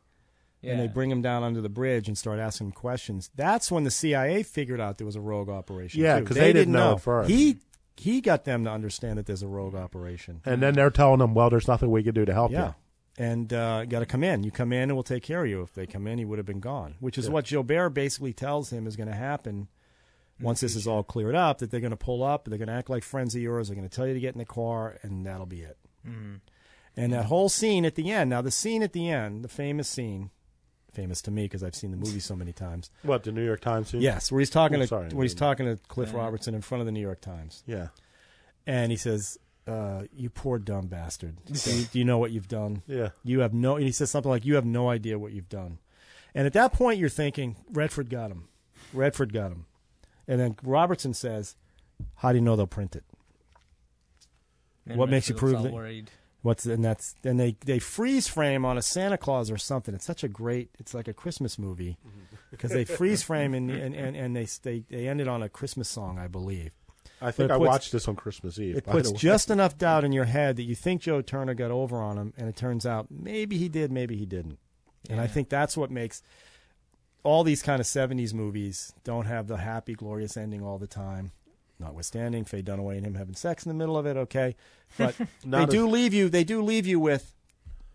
B: Yeah.
D: and they bring him down under the bridge and start asking him questions. That's when the CIA figured out there was a rogue operation.
C: Yeah,
D: too.
C: 'cause they didn't know at first.
D: He he got them to understand that there's a rogue operation.
C: And then they're telling them, Well, there's nothing we can do to help
D: yeah.
C: you.
D: And uh, got to come in. You come in, and we'll take care of you. If they come in, he would have been gone, which is
C: Yeah.
D: what Gilbert basically tells him is going to happen once
C: Mm-hmm.
D: this is all cleared up. That they're going to pull up, they're going to act like friends of yours, they're going to tell you to get in the car, and that'll be it.
C: Mm-hmm.
D: And that whole scene at the end. Now, the scene at the end, the famous scene, famous to me because I've seen the movie so many times.
C: What, the New York Times scene?
D: Yes, where he's talking
C: Oh,
D: to
C: sorry.
D: where he's talking to Cliff
B: Yeah.
D: Robertson in front of the New York Times,
C: Yeah.
D: and he says, uh, "You poor dumb bastard. Do you, do you know what you've done?
C: Yeah.
D: you have no." And he says something like, "You have no idea what you've done." And at that point, you're thinking, "Redford got him. Redford got him." And then Robertson says, "How do you know they'll print it?"
B: And
D: what makes you
B: Redfield was
D: prove
B: all
D: that?
B: Worried.
D: What's and that's and they they freeze frame on a Santa Claus or something. It's such a great. It's like a Christmas movie because they freeze frame and and and, and they, they they ended on a Christmas song, I believe.
C: I
D: But
C: think
D: it
C: I
D: puts-
C: watched this on Christmas Eve.
D: It
C: by
D: puts
C: the way.
D: just enough doubt in your head that you think Joe Turner got over on him, and it turns out maybe he did, maybe he didn't. And I think that's what makes all these kind of 70s movies don't have the happy, glorious ending all the time. Notwithstanding Faye Dunaway and him having sex in the middle of it, okay, but they
C: Not
D: do
C: as-
D: leave you. They do leave you with,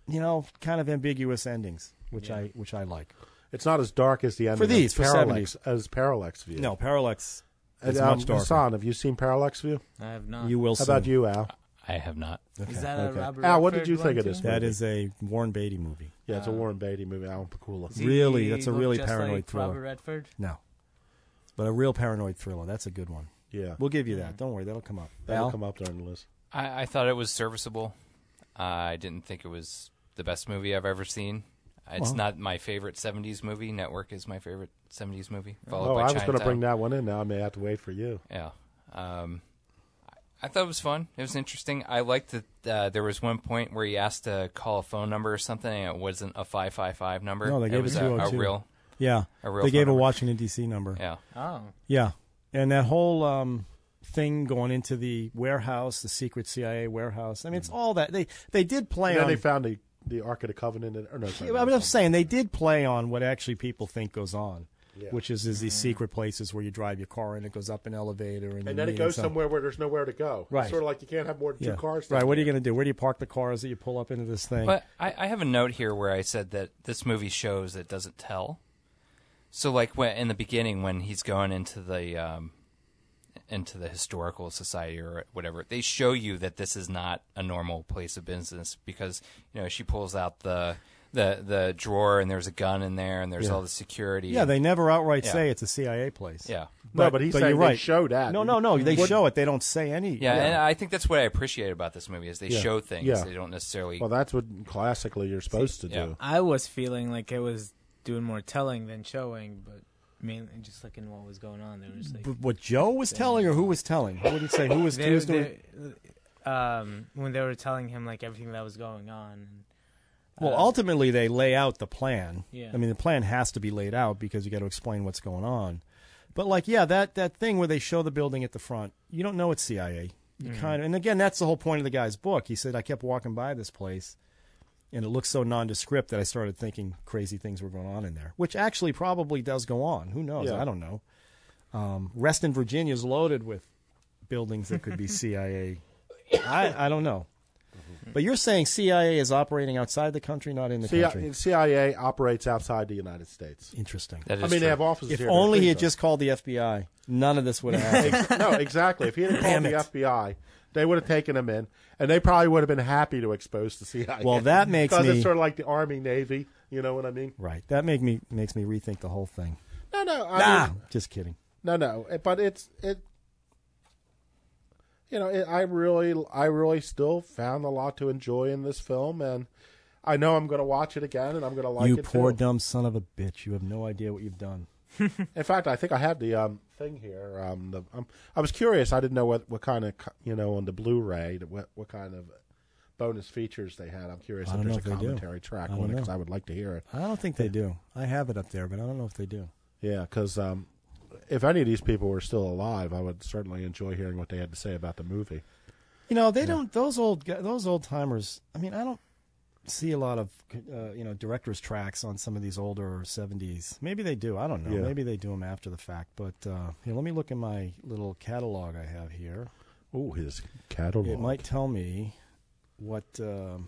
D: you know, kind of ambiguous endings, which I which I like.
C: It's not as dark as the end
D: for
C: of
D: these for
C: Parallax,
D: 70s.
C: as Parallax View.
D: No, Parallax
C: And,
D: is
C: um,
D: much darker.
C: Hassan, have you seen Parallax View?
B: I have not.
D: You will
C: Uh, How about
D: soon.
C: you, Al?
F: I have not.
B: Is that a Robert
C: Al, what did
B: Redford
C: you think
B: one,
C: of this?
B: too?
D: That is a Warren Beatty movie.
C: Yeah, it's a Warren Beatty movie. Alan Pakula.
B: Does he
D: really, that's a
B: look
D: really
B: just
D: paranoid
B: like
D: thriller.
B: Robert Redford?
D: No, but a real paranoid thriller. That's a good one.
C: Yeah.
D: we'll give you that. Don't worry, that'll come up.
C: That'll
D: Al?
C: come up during the list.
F: I, I thought it was serviceable. Uh, I didn't think it was the best movie I've ever seen. It's
D: Well.
F: not my favorite 70s movie. Network is my favorite 70s movie. Followed
C: oh,
F: by
C: I was
F: going
C: to bring that one in. Now I may have to wait for you.
F: Yeah. Um, I- I thought it was fun. It was interesting. I liked that uh, there was one point where you asked to call a phone number or something, and it wasn't a 555 number.
D: No, they
F: it
D: gave
F: was
D: it
F: a, a
D: 202.
F: real.
D: Yeah,
F: A real
D: they gave
F: phone
D: a
F: number.
D: Washington D.C. number.
F: Yeah.
B: Oh.
D: Yeah, and that whole um, thing going into the warehouse, the secret CIA warehouse. I mean, it's all that they they did play
C: And then
D: on.
C: they found the, the Ark of the Covenant. In, or no, sorry,
D: Yeah, but I'm just saying they did play on what actually people think goes on, which is is these secret places where you drive your car and it goes up an elevator and,
C: and then it goes somewhere where there's nowhere to go.
D: Right.
C: It's sort of like you can't have more than
D: Yeah.
C: two cars.
D: Right.
C: down
D: What are
C: there.
D: you going to do? Where do you park the cars that you pull up into this thing?
F: But I, I have a note here where I said that this movie shows it doesn't tell. So like when in the beginning when he's going into the um, into the historical society or whatever, they show you that this is not a normal place of business because you know she pulls out the the the drawer and there's a gun in there and there's
D: Yeah.
F: all the security.
D: Yeah, they never outright
F: Yeah.
D: say it's a CIA place.
F: Yeah.
C: No, but he's saying
D: you're
C: they
D: right.
C: show that.
D: No, no, no. They
C: What-
D: show it. They don't say any.
F: Yeah, and I think that's what I appreciate about this movie is they
C: Yeah.
F: show things.
C: Yeah.
F: They don't necessarily
C: Well, that's what classically you're supposed to do.
B: I was feeling like it was doing more telling than showing, but mainly just like in what was going on, there was like
D: But what Joe was telling or who was telling? I wouldn't say who was,
B: They-
D: who was doing.
B: they- um, when they were telling him like everything that was going on.
D: well, ultimately, they lay out the plan.
B: Yeah.
D: I mean, the plan has to be laid out because you got to explain what's going on. But like, yeah, that that thing where they show the building at the front, you don't know it's CIA. You
M: Mhm.
D: kind of, and again, that's the whole point of the guy's book. He said, I kept walking by this place, and it looked so nondescript that I started thinking crazy things were going on in there, which actually probably does go on. Who knows?
M: Yeah.
D: I don't know. Um, Reston, Virginia is loaded with buildings that could be CIA. I, I don't know. But you're saying CIA is operating outside the country, not in the
C: CIA,
D: country.
C: CIA operates outside the United States.
D: Interesting.
C: I mean, they have offices
D: If
C: here.
D: only he
C: They're
D: had
C: free,
D: just called the FBI, none of this would have happened.
C: though. no, exactly. If he had called the FBI, they would have taken him in, and they probably would have been happy to expose the CIA.
D: Well, that makes
C: because
D: me-
C: it's sort of like the Army Navy. You know what I mean?
D: right. That make me makes me rethink the whole thing.
C: No, no, I
D: nah,
C: mean-
D: just kidding.
C: No, no, it- but it's it. You know, it, I really, I really still found a lot to enjoy in this film, and I know I'm going to watch it again, and I'm going to like
D: you
C: it.
D: poor
C: too.
D: dumb son of a bitch. You have no idea what you've done.
C: In fact, I think I have the um, thing here. Um, the, um, I was curious. I didn't know what, what kind of co- you know on the Blu-ray that what what kind of bonus features they had. I'm curious
D: I
C: if
D: don't know if
C: there's a
D: they do.
C: commentary track
D: I don't
C: on it
D: know.
C: because I would like to hear it.
D: I don't think they do. I have it up there, but I don't know if they do.
C: Yeah, because um, if any of these people were still alive, I would certainly enjoy hearing what they had to say about the movie.
D: You know, they don't. Those old gu- those old timers. I mean, I don't see a lot of uh, you know directors tracks on some of these older seventies. Maybe they do. I don't know.
C: Yeah.
D: Maybe they do them after the fact. But uh, here, let me look in my little catalog I have here.
C: Oh, his catalog.
D: It might tell me what um,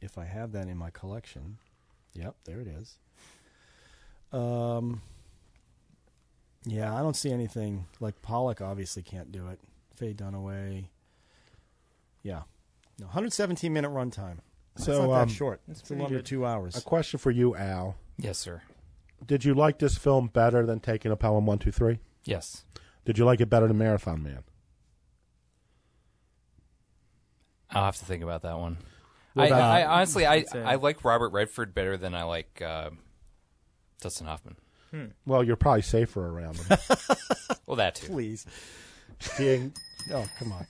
D: if I have that in my collection. Yep, there it is. Um, yeah, I don't see anything like Pollock. Obviously, can't do it. Faye Dunaway. Yeah, no, 117 minute runtime. That's
C: So,
D: not that
C: um,
D: short. Uh,
C: That's
D: It's a
C: pretty
D: little under
C: good.
D: two hours.
C: A question for you, Al.
F: Yes, sir.
C: Did you like this film better than Taking a Pelham One Two Three?
F: Yes.
C: Did you like it better than Marathon Man?
F: I'll have to think about that one.
C: What
F: I,
C: about-
F: I honestly, I,
C: That's it.
F: I like Robert Redford better than I like uh, Dustin Hoffman.
C: Well, you're probably safer around him.
F: Well, that too.
D: Please.
C: Being
D: Oh, come on.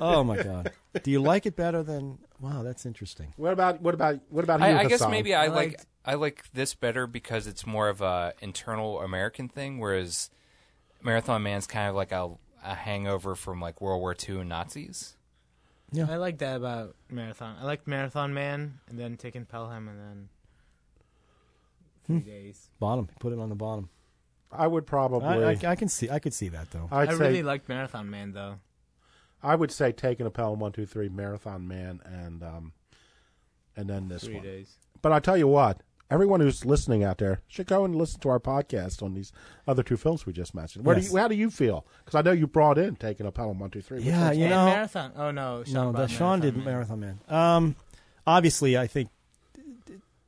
D: oh my god! Do you like it better than? Wow, that's interesting.
C: What about what about what about you,
F: I, I guess
C: Hassan?
F: maybe I like I like this better because it's more of a internal American thing, whereas Marathon Man's kind of like a, a hangover from like World War II Nazis.
D: Yeah.
B: I like that about Marathon. I liked Marathon Man and then taking Pelham and then
D: Hmm.
B: three days.
D: Bottom. Put it on the bottom.
C: I would probably.
D: I, I, I can see. I could see that though.
C: I'd
B: I
C: say-
B: really liked Marathon Man though.
C: I would say taking a Pelham one two three marathon man and um and then this
B: Three
C: one.
B: days.
C: But I tell you what, everyone who's listening out there should go and listen to our podcast on these other two films we just mentioned. Where
D: Yes.
C: do you, how do you feel? Because I know you brought in taking a Pelham one two three. which
D: Yeah,
C: was-
D: Uh, you
B: And
D: know.
B: Marathon. Oh no, Sean
D: no,
B: bought
D: that Sean
B: Marathon
D: did
B: Man.
D: Marathon Man. Um, obviously, I think d-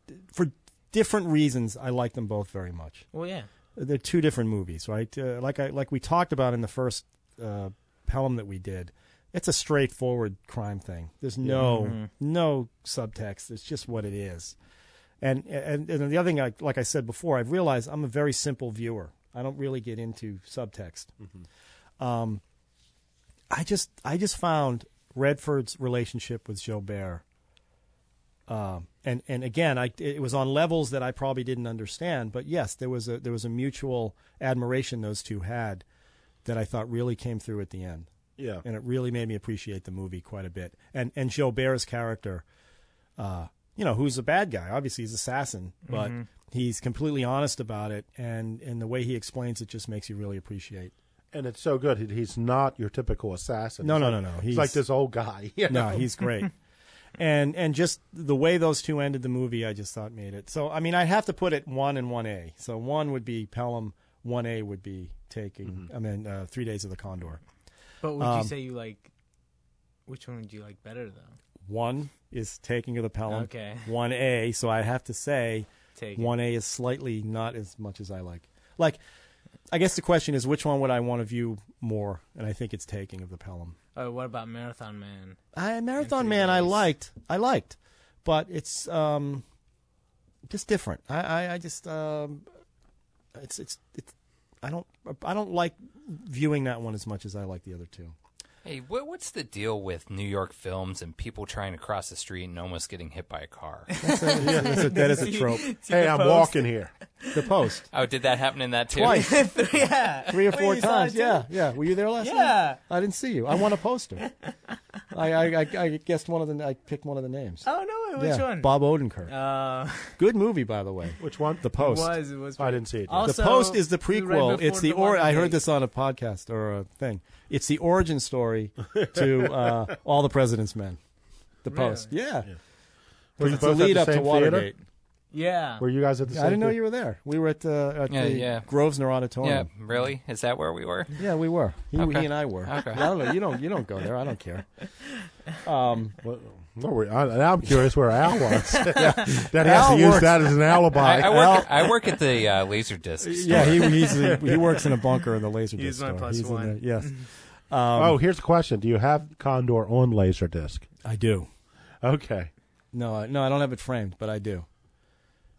D: d- for different reasons, I like them both very much.
B: Well, yeah.
D: they're two different movies, right? Uh, like I like we talked about in the first uh, Pelham that we did. It's a straightforward crime thing. There's no
M: Mhm.
D: no subtext. It's just what it is. And and, and the other thing, I, like I said before, I've realized I'm a very simple viewer. I don't really get into subtext. Um, I just I just found Redford's relationship with Gilbert, um, and and again, I it was on levels that I probably didn't understand. But yes, there was a there was a mutual admiration those two had that I thought really came through at the end.
C: Yeah.
D: and it really made me appreciate the movie quite a bit. And and Gilbert's character, uh, you know, who's a bad guy. Obviously, he's an assassin, but
C: Mm-hmm.
M: Mhm.
D: he's completely honest about it, and and the way he explains it just makes you really appreciate.
C: and it's so good. He- He's not your typical assassin.
D: No,
C: It's
D: no,
C: like-
D: no, no.
C: He's
D: He's-
C: like this old guy. you
D: no,
C: know?
D: he's great. and and just the way those two ended the movie, I just thought made it. So I mean, I have to put it one and one A. So one would be Pelham, one A would be taking. I mean, uh, Three Days of the Condor.
B: But would you
D: Um,
B: say you like? Which one would you like better though?
D: one is taking of the Pelham?
B: Okay.
D: One A. So I have to say,
B: Take it.
D: one A is slightly not as much as I like. Like, I guess the question is, which one would I want to view more? And I think it's taking of the Pelham.
B: Oh, what about Marathon Man?
D: I Marathon Man I liked. I liked. But it's um just different. I, I, I just um it's it's it's I don't I don't like viewing that one as much as I like the other two.
F: Hey, what, what's the deal with New York films and people trying to cross the street and almost getting hit by a car?
D: That's a, that's a- that is a trope.
C: hey, I'm walking here.
D: The post.
F: Oh, did that happen in that too?
D: Twice.
B: yeah.
D: Three or
B: Wait,
D: four
B: you saw
D: times.
B: it too?
D: Yeah, yeah. Were you there last night?
B: Yeah.
D: I didn't see you. I want a poster. I, I, I, I guessed one of the I picked one of the names.
B: Oh no! Wait, which
D: Yeah,
B: one?
D: Bob Odenkirk.
B: Uh,
D: Good movie, by the way.
C: Which one?
D: The Post.
B: It was. It was
C: I didn't see it.
B: Also,
D: the post is the
B: we read
D: prequel.
B: before
D: It's the
B: the
D: or.
B: modern
D: I
B: day.
D: heard this on a podcast or a thing. It's the origin story to uh, all the president's men. The post, yeah.
C: Were
D: Because
C: you
D: it's a
C: both at
D: lead
C: the
D: up to
C: same theater?
D: Watergate.
B: Yeah.
C: Were you guys at the?
D: I
C: same
D: didn't know
C: theater?
D: you were there. We were at, uh, at
F: Yeah,
D: the
F: yeah.
D: Grosvenor
F: Yeah,
D: Auditorium.
F: really? Is that where we were?
D: Yeah, we were. He,
F: Okay.
D: he and I were.
F: Okay.
D: I don't know. You don't. You don't go there. I don't care. Um,
C: What were- I, now I'm curious where Al was. That has
D: Al
C: to use
D: works-
C: that as an alibi.
F: I, I work. I work at the uh, laser disc.
D: yeah, he
F: store.
D: he's, he works in a bunker in the laser
B: He's my
D: store.
B: plus
D: He's in
B: one.
D: the- yes.
C: oh, here's a question: Do you have Condor on Laserdisc?
D: I do.
C: Okay.
D: No, I- no, I don't have it framed, but I do.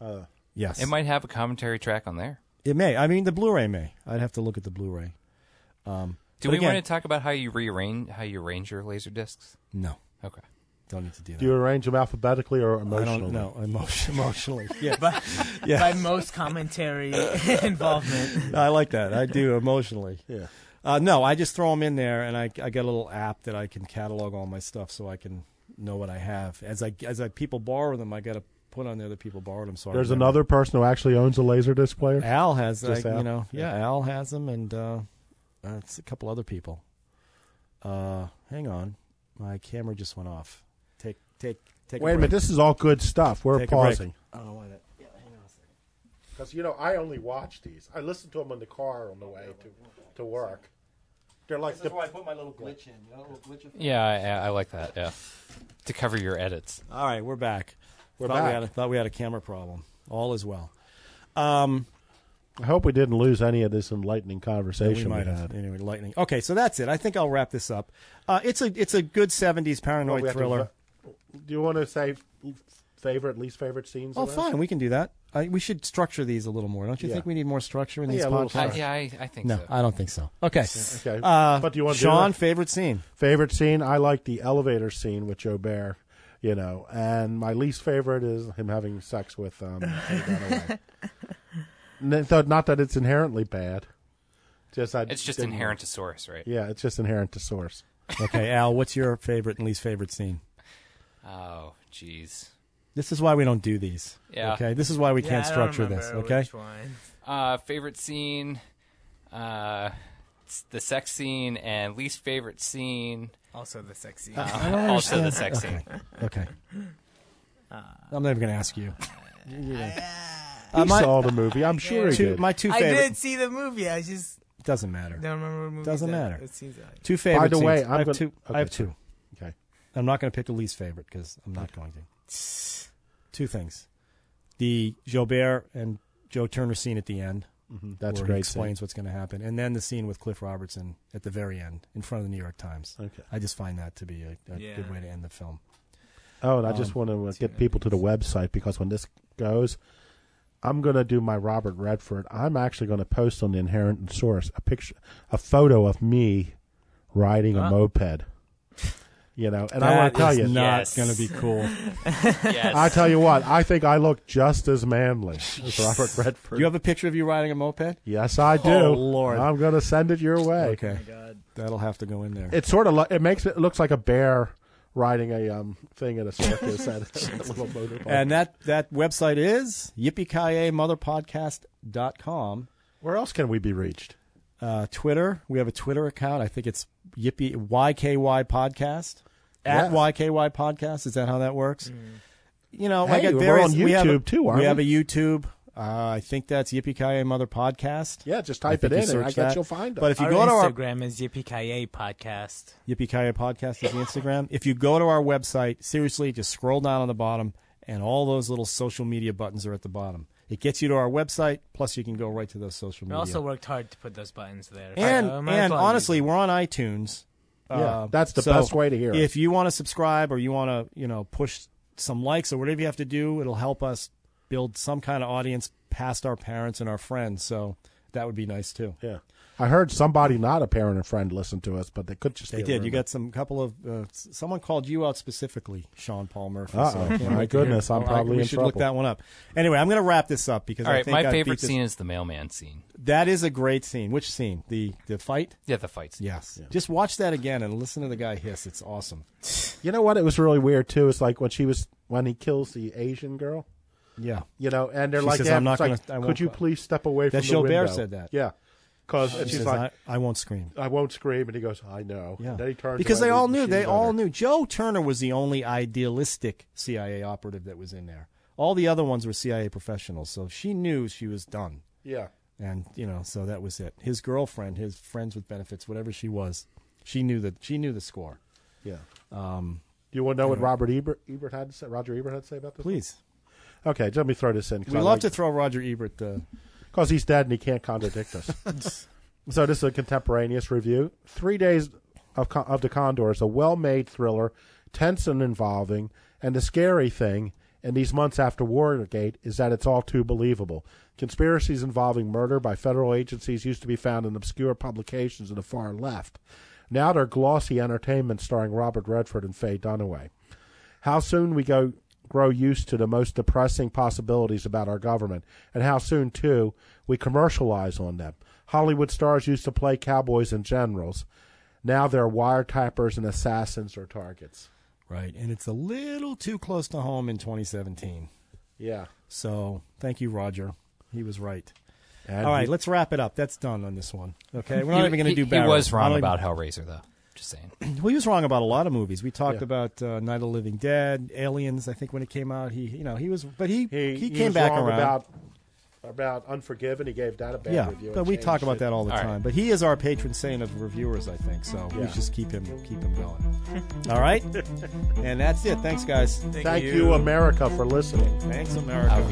C: Uh,
D: Yes.
F: It might have a commentary track on there.
D: It may. I mean, the Blu-ray may. I'd have to look at the Blu-ray. Um,
F: Do
D: but
F: we
D: again,
F: want to talk about how you rearrange how you arrange your laser discs?
D: No.
F: Okay.
D: Don't need to do that.
C: do you arrange them alphabetically or
D: I
C: emotionally?
D: don't know. Emotion, emotionally. Yeah.
B: by,
D: Yeah.
B: by most commentary involvement.
D: I like that. I do emotionally.
C: Yeah.
D: Uh, no, I just throw them in there, and I I get a little app that I can catalog all my stuff, so I can know what I have. As I as I people borrow them, I got to put on there that people borrowed them. So I
C: There's
D: remember.
C: another person who actually owns a Laserdisc player.
D: Al has, uh,
C: Just Al?
D: you know, yeah, Al has them, and uh, uh, it's a couple other people. Uh, hang on, my camera just went off. Take, take, take.
C: Wait a minute. This is all good stuff. We're
D: Take a break.
C: pausing.
D: I don't know why that. Yeah, hang on a second.
C: Because you know, I only watch these. I listen to them in the car on the way to to work. They're like the,
D: put my little glitch in. You know, little glitch
F: Yeah, I, I like that. Yeah, to cover your edits.
D: All right, we're back.
C: We're
D: thought
C: back.
D: We had a, thought we had a camera problem. All is well. Um,
C: I hope we didn't lose any of this enlightening
D: Yeah,
C: conversation
D: we might
C: had.
D: have. Anyway, lightning. Okay, so that's it. I think I'll wrap this up. Uh, it's a it's a good '70s
C: Well,
D: paranoid
C: we have to
D: thriller.
C: re- Do you want to say favorite, least favorite scenes.
D: Oh,
C: of that?
D: fine, we can do that. I, we should structure these a little more. Don't you
C: Yeah. Oh,
D: think we need more structure in
C: Yeah,
D: these
C: a little
D: podcasts?
C: structure. Yeah, I- I think
D: no,
C: so.
D: I don't think so. Okay,
C: Okay.
D: Uh,
C: but do you want to do
D: Sean?
C: that?
D: favorite scene?
C: Favorite scene? I like the elevator scene with Joe Bear, you know, and my least favorite is him having sex with um, Faye Dunaway. N- so Not that it's inherently bad. Just I
F: It's just
C: didn't-
F: inherent to source, right?
C: Yeah, it's just inherent to source.
D: okay, Al, what's your favorite and least favorite scene?
F: Oh, jeez.
D: This is why we don't do these.
F: Yeah.
D: Okay. This is why we
F: Yeah,
D: can't
F: I don't
D: structure
F: remember
D: this. Okay.
F: which Uh, favorite scene, uh, s- the sex scene, and least favorite scene.
B: Also the sex scene.
F: Uh,
D: I don't
F: also the
D: understand.
F: sex scene. Uh,
D: Okay. I'm never going to ask you. Uh,
C: He saw the movie. I'm sure he
D: two,
C: did.
D: My two
B: I
D: favorite.
B: did see the movie. I just
D: Doesn't matter.
B: don't remember what movie.
D: Doesn't
B: that-
D: matter.
B: It seems like.
D: Two favorite.
C: the way,
D: scenes.
C: I'm
D: I have
C: gonna-
D: two.
C: okay,
D: I have two.
C: Okay.
D: I'm not going to pick the least favorite because I'm not going to. Two things: the Gilbert and Joe Turner scene at the end.
C: Mhm. That's
D: where
C: a
D: he
C: great
D: explains what's going to happen, and then the scene with Cliff Robertson at the very end, in front of the New York Times.
C: Okay,
D: I just find that to be a, a good
C: Yeah.
D: way to end the film.
C: Oh, and I
D: Um,
C: just want to uh, get people to the website because when this goes, I'm going to do my Robert Redford. I'm actually going to post on the Inherent and Source a picture, a photo of me riding a
D: Ah.
C: moped. You know, and I
D: That
C: want to tell
D: is
C: you,
D: not Yes. gonna be cool. Yes.
C: I tell you what, I think I look just as manly as Robert Redford.
D: You have a picture of you riding a moped?
C: yes, I do.
D: Oh, Lord.
C: I'm going to send it your way.
D: Okay, that'll have to go in there.
C: It sort of lo- it makes it looks like a bear riding a um thing at a circus at a little motorbike.
D: and that that website is yippee
C: Where else can we be reached?
D: Uh, Twitter. We have a Twitter account. I think it's yippee YKY podcast at
C: Yeah. Mm.
D: YKY podcast. Is that how that works? You know, I
C: Hey,
D: got
C: we're
D: various-
C: on
D: we have a,
C: YouTube too, aren't
D: we?
C: we?
D: have a YouTube. Uh, I think that's Yippee Ki Mother Podcast.
C: Yeah, just
D: I
C: type
D: think
C: it
D: you
C: in and I
D: search
C: guess
D: that.
C: you'll find us.
D: But if you
B: our
D: go to our
B: Instagram is Yippee Podcast.
D: Yippee Ki Podcast is the Instagram. If you go to our website, seriously, just scroll down on the bottom, and all those little social media buttons are at the bottom. It gets you to our website. Plus, you can go right to those social
B: We
D: media.
B: also worked hard to put those buttons there.
D: and
B: so I might as
D: and
B: well use
D: honestly, we're on iTunes. Uh,
C: Yeah, that's the
D: so
C: best way to hear it.
D: If you want to subscribe or you want to, you know, push some likes or whatever you have to do, it'll help us build some kind of audience past our parents and our friends. So that would be nice too.
C: Yeah. I heard somebody not a parent and friend listened to us, but they could just
D: They
C: be a
D: did. You
C: rumor.
D: got some couple of uh, s- someone called you out specifically, Sean Paul Murphy.
C: Uh-oh.
D: so I can't
C: My
D: wait to hear
C: goodness,
D: it.
C: I'm
D: Well, I-
C: probably
D: we
C: in
D: should look
C: trouble.
D: that one up. Anyway, I'm going to wrap this up because
F: All
D: I
F: right,
D: think
F: my
D: I've beat
F: favorite
D: this-
F: scene is the mailman scene.
D: That is a great scene. Which scene? The the fight?
F: Yeah, the fight scene.
D: Yes. Just watch that again and listen to the guy hiss. It's awesome.
C: You know what? It was really weird too. It's like when she was when he kills the Asian girl.
D: Yeah.
C: You know, and they're
D: She
C: like,
D: says,
C: yeah,
D: "I'm not
C: it's like,
D: gonna- I won't
C: could you
D: fi-"
C: please step away
D: That
C: from the
D: Gilbert
C: window?
D: said that.
C: Yeah, because
D: She
C: she's
D: says,
C: like,
D: I, I won't scream.
C: I, won't scream," and he goes, "I know."
D: Yeah.
C: And then he turns
D: because
C: away
D: they
C: and
D: all
C: the
D: knew. They
C: machine
D: all knew. Joe Turner was the only idealistic CIA operative that was in there. All the other ones were CIA professionals, so she knew she was done.
C: Yeah.
D: And you know, so that was it. His girlfriend, his friends with benefits, whatever she was, she knew that she knew the score.
C: Yeah.
D: Um,
C: Do you want to know what
D: Anyway.
C: Robert Ebert, Ebert had to say, Roger Ebert had to say about this?
D: Please.
C: Okay, let me throw this in. 'cause
D: we
C: I
D: love
C: like-
D: to throw Roger Ebert. Uh,
C: because he's dead and he can't contradict us. so this is a contemporaneous review. Three Days of, Con- of the Condor is a well-made thriller, tense and involving, and the scary thing in these months after Watergate is that it's all too believable. Conspiracies involving murder by federal agencies used to be found in obscure publications of the far left. Now they're glossy entertainments starring Robert Redford and Faye Dunaway how soon we go grow used to the most depressing possibilities about our government and how soon too we commercialize on them hollywood stars used to play cowboys and generals now they're wiretappers and assassins or targets
D: right, and it's a little too close to home in 2017.
C: yeah
D: So thank you, Roger. He was right.
C: And
D: All right,
C: he-
D: let's wrap it up. That's done on this one. Okay, we're not
F: He-
D: even going to
F: he-
D: do.
F: He
D: Barrow.
F: was
D: I
F: wrong
D: don't
F: about
D: even-
F: Hellraiser, though. Just saying.
D: well, he was wrong about a lot of movies. We talked
F: Yeah.
D: about uh, Night of the Living Dead, Aliens. I think when it came out, he you know he was, but he he,
C: he
D: came
C: was
D: back
C: wrong
D: around.
C: about about unforgiven he gave that a bad
D: yeah,
C: review
D: but
C: and
D: we
C: changed
D: talk about
C: it.
D: that all the
F: All right.
D: time. But he is our patron saint of reviewers, I think. So we
C: Yeah.
D: just keep him keep him going. all right, and that's it. Thanks, guys.
C: thank you america for listening
D: Thanks, America.